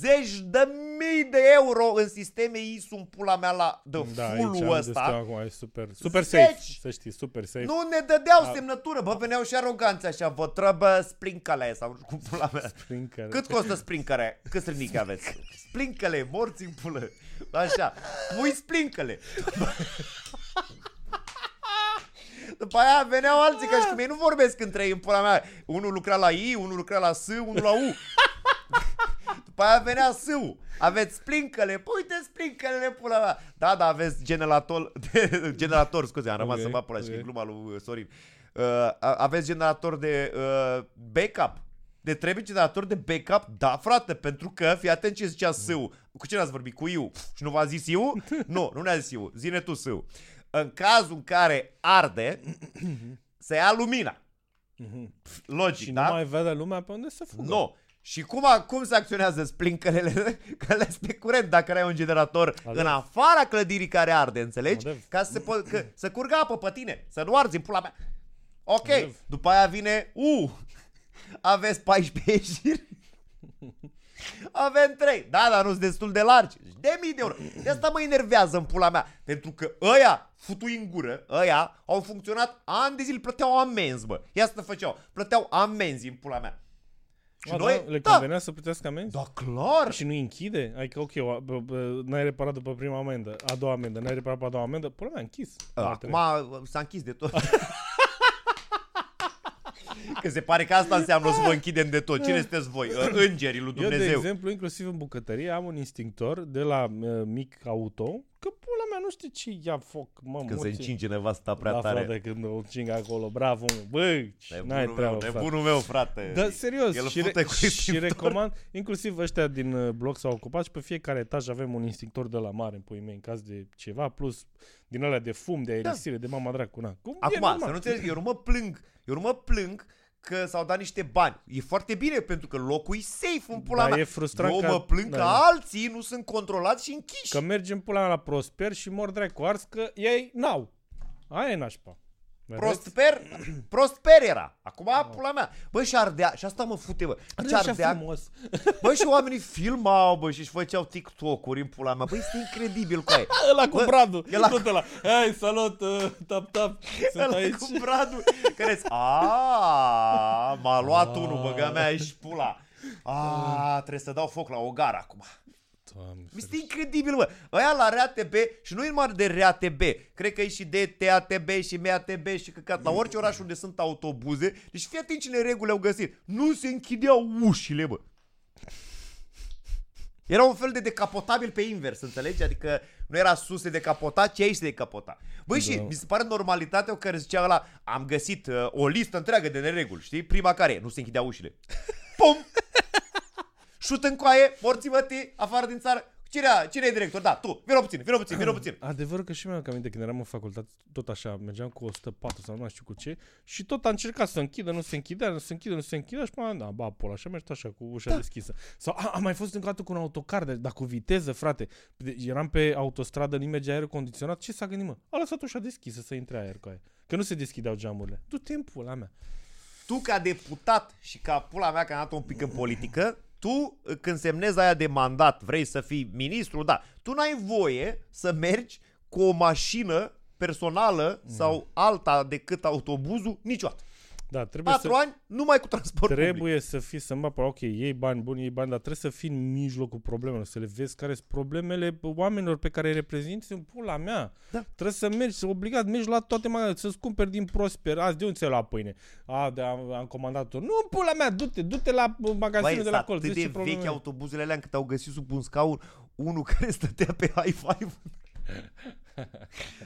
B: zeci de mii de euro în sisteme ISU în pula mea la de
C: Da,
B: da,
C: aici am
B: full
C: de
B: ăsta.
C: acum, e super, super
B: Zeci!
C: safe, să știi, super safe.
B: Nu ne dădeau semnătură, bă, veneau și aroganți așa, vă trebuie sprincale aia sau nu știu cum pula mea.
C: Prin
B: Cât costă sprincare? Cât rânic aveți? Splincăle, morți în pulă. Așa, pui splincăle. După aia veneau alții ca și cum ei nu vorbesc între ei în pula mea. Unul lucra la I, unul lucra la S, unul la U. După aia venea sâu. Aveți splincăle, păi uite splincălele, pula mea. Da, da, aveți generator, de, generator scuze, am rămas
C: Ok,
B: okay, să mă pula, okay.
C: ok.
B: gluma lui uh, Sorin. Uh, a- aveți generator de uh, backup. De trebuie generator de backup? Da, frate, pentru că, fii atent ce zicea sâu. Cu cine ați vorbit? Cu Iu. Și nu v-a zis Iu? Nu, nu ne-a zis Iu. Zine tu sâu. În cazul în care arde, se ia lumina. Logic,
C: Mhm. Și
B: da?
C: nu mai vede lumea pe unde să fugă.
B: Nu. Și cum, a- cum se acționează splincălele? Că le pe curent dacă ai un generator
C: Alo.
B: în afara clădirii care arde, înțelegi?
C: Adev.
B: Ca să, se po- că, să curgă apă pe tine, să nu arzi în pula mea. Ok,
C: Adev.
B: după aia vine, u, aveți 14 ieșiri. Avem trei. Da, dar nu sunt destul de largi. Deci De mii de euro. De asta mă enervează în pula mea. Pentru că ăia, futui în gură, ăia au funcționat ani de zile, plăteau amenzi, bă. Ia să făceau. Plăteau amenzi în pula mea. Și
C: A,
B: noi,
C: da, le
B: da,
C: convenea să plătească amenzi?
B: da, clar.
C: Și nu îi închide? Adică, ok, o- bă, bă, n-ai reparat după prima amendă, a doua amendă, n-ai reparat pe a doua amendă, până mi-a închis.
B: Ă, Acum s-a închis de tot. Că se pare că asta înseamnă o să vă închidem de tot. Cine sunteți voi? Ă, Îngerii lui
C: Eu, de
B: Dumnezeu.
C: exemplu, inclusiv în bucătărie, am un instinctor de la uh, mic auto, că pula mea nu știu ce ia foc, mă,
B: Când se
C: moții.
B: încinge nevasta prea
C: da,
B: tare.
C: frate, când o încing acolo, bravo, mă, bă, n-ai
B: Nebunul meu,
C: treabă, frate.
B: nebunul meu, frate.
C: Da, serios,
B: El
C: și,
B: fute
C: re-
B: cu
C: și
B: extintor.
C: recomand, inclusiv ăștia din uh, bloc s-au ocupat și pe fiecare etaj avem un instinctor de la mare, în pui mei, în caz de ceva, plus din alea de fum, de aerisire, de mama dracu, na. Cum e
B: Da. Acum,
C: normal.
B: să nu înțelegi, eu nu mă plâng. Eu nu mă plâng că s-au dat niște bani. E foarte bine pentru că locul e safe în pula
C: Dar
B: mea.
C: Da, e frustrant
B: Eu
C: că-
B: mă plâng
C: da,
B: că
C: da.
B: alții nu sunt controlați și închiși.
C: Că mergem pula mea la Prosper și mor dracu ars că ei n-au. Aia e nașpa. Vedeți?
B: Prosper, prosper era. Acum, pula mea. Bă, și ardea, și asta mă fute, bă. Ce
C: Arde așa
B: ardea,
C: frumos.
B: bă, și oamenii filmau, bă, și își făceau TikTok-uri în pula mea. Bă, este incredibil cu aia.
C: Ăla cu
B: Bă,
C: Bradu.
B: ăla cu-
C: Tot ăla. Hai, salut, uh, tap, tap. Sunt
B: Ăla
C: aici.
B: cu Bradu, care zice, "Aaa, m-a luat
C: Aaa.
B: unul, băga mea și pula.
C: Ah.
B: A, trebuie să dau foc la o gară acum.
C: Doamne,
B: Mi este incredibil, mă. Aia la RATB și nu e numai de RATB. Cred că e și de TATB și MATB și căcat. La orice oraș unde sunt autobuze. Deci fii atent cine reguli au găsit. Nu se închideau ușile, bă. Era un fel de decapotabil pe invers, înțelegi? Adică nu era sus de decapotat, ci aici se decapota. Băi, și
C: Da.
B: mi se pare normalitatea care zicea ăla, am găsit uh, o listă întreagă de nereguli, știi? Prima care e, nu se închideau ușile. Pum! șut în coaie, morți mătii, afară din țară. Cine, a- cine e director? Da, tu. Vino puțin, vino puțin, vino puțin.
C: Adevărul că și mi-am aminte când eram în facultate, tot așa, mergeam cu 104 sau nu mai știu cu ce și tot a încercat să închidă, nu se închidea, nu se închidea, nu se închidea și m-am da, ba, pol, așa mergi tu așa cu ușa da. deschisă. Sau a, am mai fost încă o dată cu un autocar, dar, dar cu viteză, frate. Deci, eram pe autostradă, nu mergea aer condiționat, ce s-a gândit, mă? A lăsat ușa deschisă să intre aer cu aia. Că nu se deschideau geamurile. Tu timpul la mea.
B: Tu ca deputat și ca pula mea că am dat un pic în politică, tu când semnezi aia de mandat, vrei să fii ministru, da, tu n-ai voie să mergi cu o mașină personală
C: Mm.
B: sau alta decât autobuzul niciodată.
C: Da, trebuie
B: Patru
C: să,
B: ani numai cu transport public.
C: trebuie să fii să mă ok, iei bani buni, iei bani, dar trebuie să fii în mijlocul problemelor, să le vezi care sunt problemele oamenilor pe care îi reprezinți în pula mea.
B: Da.
C: Trebuie să mergi, să obligat, mergi la toate magazinele, să-ți cumperi din Prosper. Azi, de unde ți-ai luat pâine? A, de am, am comandat-o. Nu, în pula mea, du-te, du-te la uh, magazinul
B: Băi,
C: de
B: sunt
C: la colț.
B: atât
C: vezi
B: de
C: ce probleme
B: vechi
C: ai.
B: autobuzele alea încât au găsit sub un scaun unul care stătea pe high five.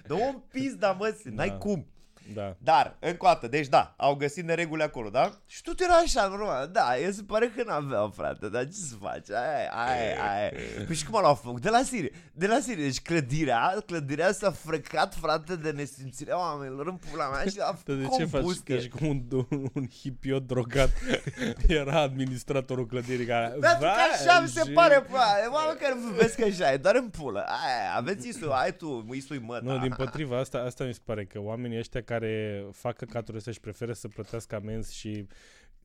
B: Dă un pizda, mă, n-ai
C: Da.
B: cum.
C: Da.
B: Dar, încă o dată, deci da, au găsit nereguli acolo, da? Și tu era așa, normal, da, eu se pare că n-aveam, frate, dar ce să faci, aia, e, aia, e, aia. e. Păi și cum l-au făcut? De la sine, de la sine, deci clădirea, clădirea s-a frecat, frate, de nesimțirea oamenilor în pula mea și a
C: Dar de ce faci
B: combustie.
C: ca și cum un, un, un hipiot drogat era administratorul clădirii care...
B: Pentru că așa mi se
C: Vai,
B: pare, bă, e oameni care vorbesc așa, e doar în pulă. Aia, aveți isul, ai tu, isui mă,
C: Nu, din potriva, asta, asta mi se pare că oamenii ăștia care fac căcaturile astea și preferă să plătească amenzi și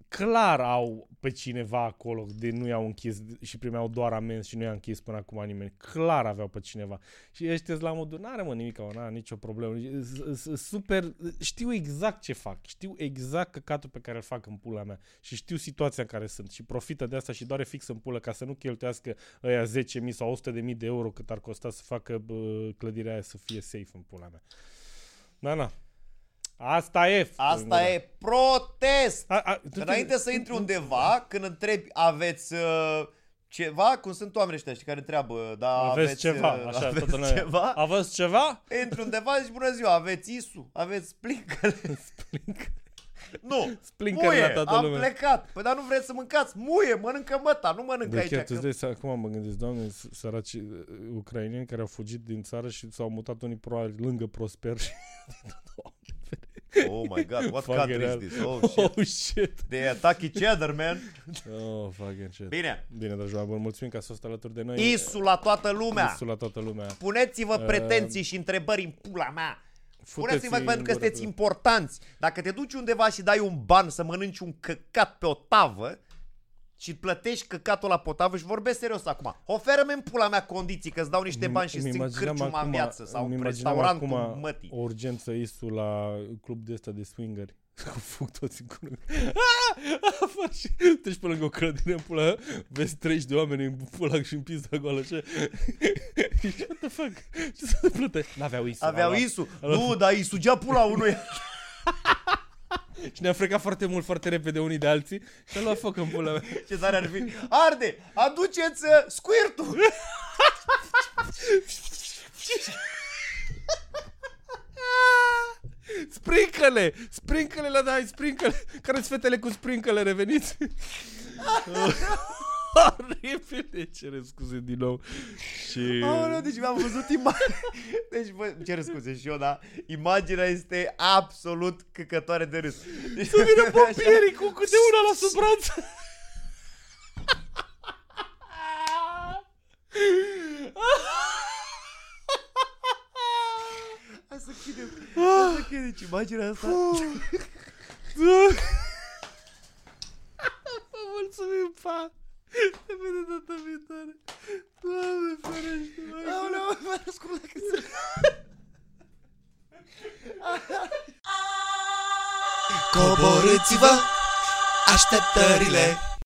C: clar au pe cineva acolo de nu i-au închis și primeau doar amenzi și nu i-a închis până acum nimeni. Clar aveau pe cineva. Și ăștia la modul, n-are mă nimic, n nicio problemă. S- s- Super, știu exact ce fac, știu exact căcatul pe care îl fac în pula mea și știu situația în care sunt și profită de asta și doare fix în pulă ca să nu cheltuiască ăia 10.000 sau 100.000 de euro cât ar costa să facă bă, clădirea aia să fie safe în pula mea. Da, na. Asta e.
B: Asta e protest!
C: A, a, tu te-
B: Înainte să intri undeva, când întrebi, aveți uh, ceva, cum sunt oamenii ăștia, știi, care întreabă, da,
C: Aveți, ceva,
B: uh,
C: așa, toată
B: aveți
C: lumea.
B: ceva?
C: Aveți ceva?
B: Intri undeva și zici, bună ziua, aveți isu, aveți splincăle. nu,
C: Splincăle
B: muie,
C: la toată
B: am
C: lumea.
B: plecat. Păi dar nu vreți să mâncați? Muie, mănâncă măta, nu mănâncă
C: Deci
B: aici.
C: chiar tu îți
B: Că...
C: dai seama, acum mă gândesc, doamne, s- săraci uh, ucraineni care au fugit din țară și s-au mutat unii probabil lângă Prosper și
B: Oh my god, what
C: Fuck
B: country
C: it
B: is
C: up.
B: this? Oh shit.
C: oh shit.
B: They attack each other, man.
C: Oh, fucking shit.
B: Bine,
C: Bine, dragi oameni, mulțumim că ați fost alături de noi.
B: isu la toată lumea.
C: Isul la toată lumea.
B: Puneți-vă
C: Uh,
B: pretenții și întrebări în pula mea. Puneți-vă
C: Futeți-i
B: pentru că
C: în gură
B: sunteți
C: pe-
B: importanți. Dacă te duci undeva și dai un ban să mănânci un căcat pe o tavă și plătești căcatul la potavă și vorbesc serios acum. Oferă-mi în pula mea condiții că îți dau niște bani și îți țin
C: imaginam
B: cârciuma în
C: acum-
B: viață sau
C: îmi
B: în
C: imaginam
B: restaurantul
C: acum
B: mătii.
C: O urgență isu la club de ăsta de swingeri. Cu fug toți în curând. Treci pe lângă o clădire în pula, vezi 30 de oameni în pula și în pizda goală. Ce? What the fuck? Ce se întâmplă? N-aveau isu.
B: Aveau
C: ala.
B: isu. Nu, dar îi sugea pula unui.
C: Și ne-a frecat foarte mult, foarte repede unii de alții. Și a luat foc în pula mea.
B: Ce tare ar fi. Arde, aduceți uh, squirtul.
C: Sprincăle! Sprincăle la dai, sprincăle! Care-s fetele cu sprincăle, reveniți! Oribile, cere scuze din nou. Și...
B: Aoleu, deci mi-am văzut imagine. Deci, bă, îmi cer scuze și eu, dar imaginea este absolut căcătoare de râs. Deci,
C: Să vină pompierii cu câte una la sub braț.
B: Hai să chidem. Hai să chidem. Deci, imaginea asta.
C: Vă mulțumim, pa! Te vede data viitoare! Doamne, ferește! mă.
B: Aoleu, mă răscul la cât
A: Coborâți-vă Așteptările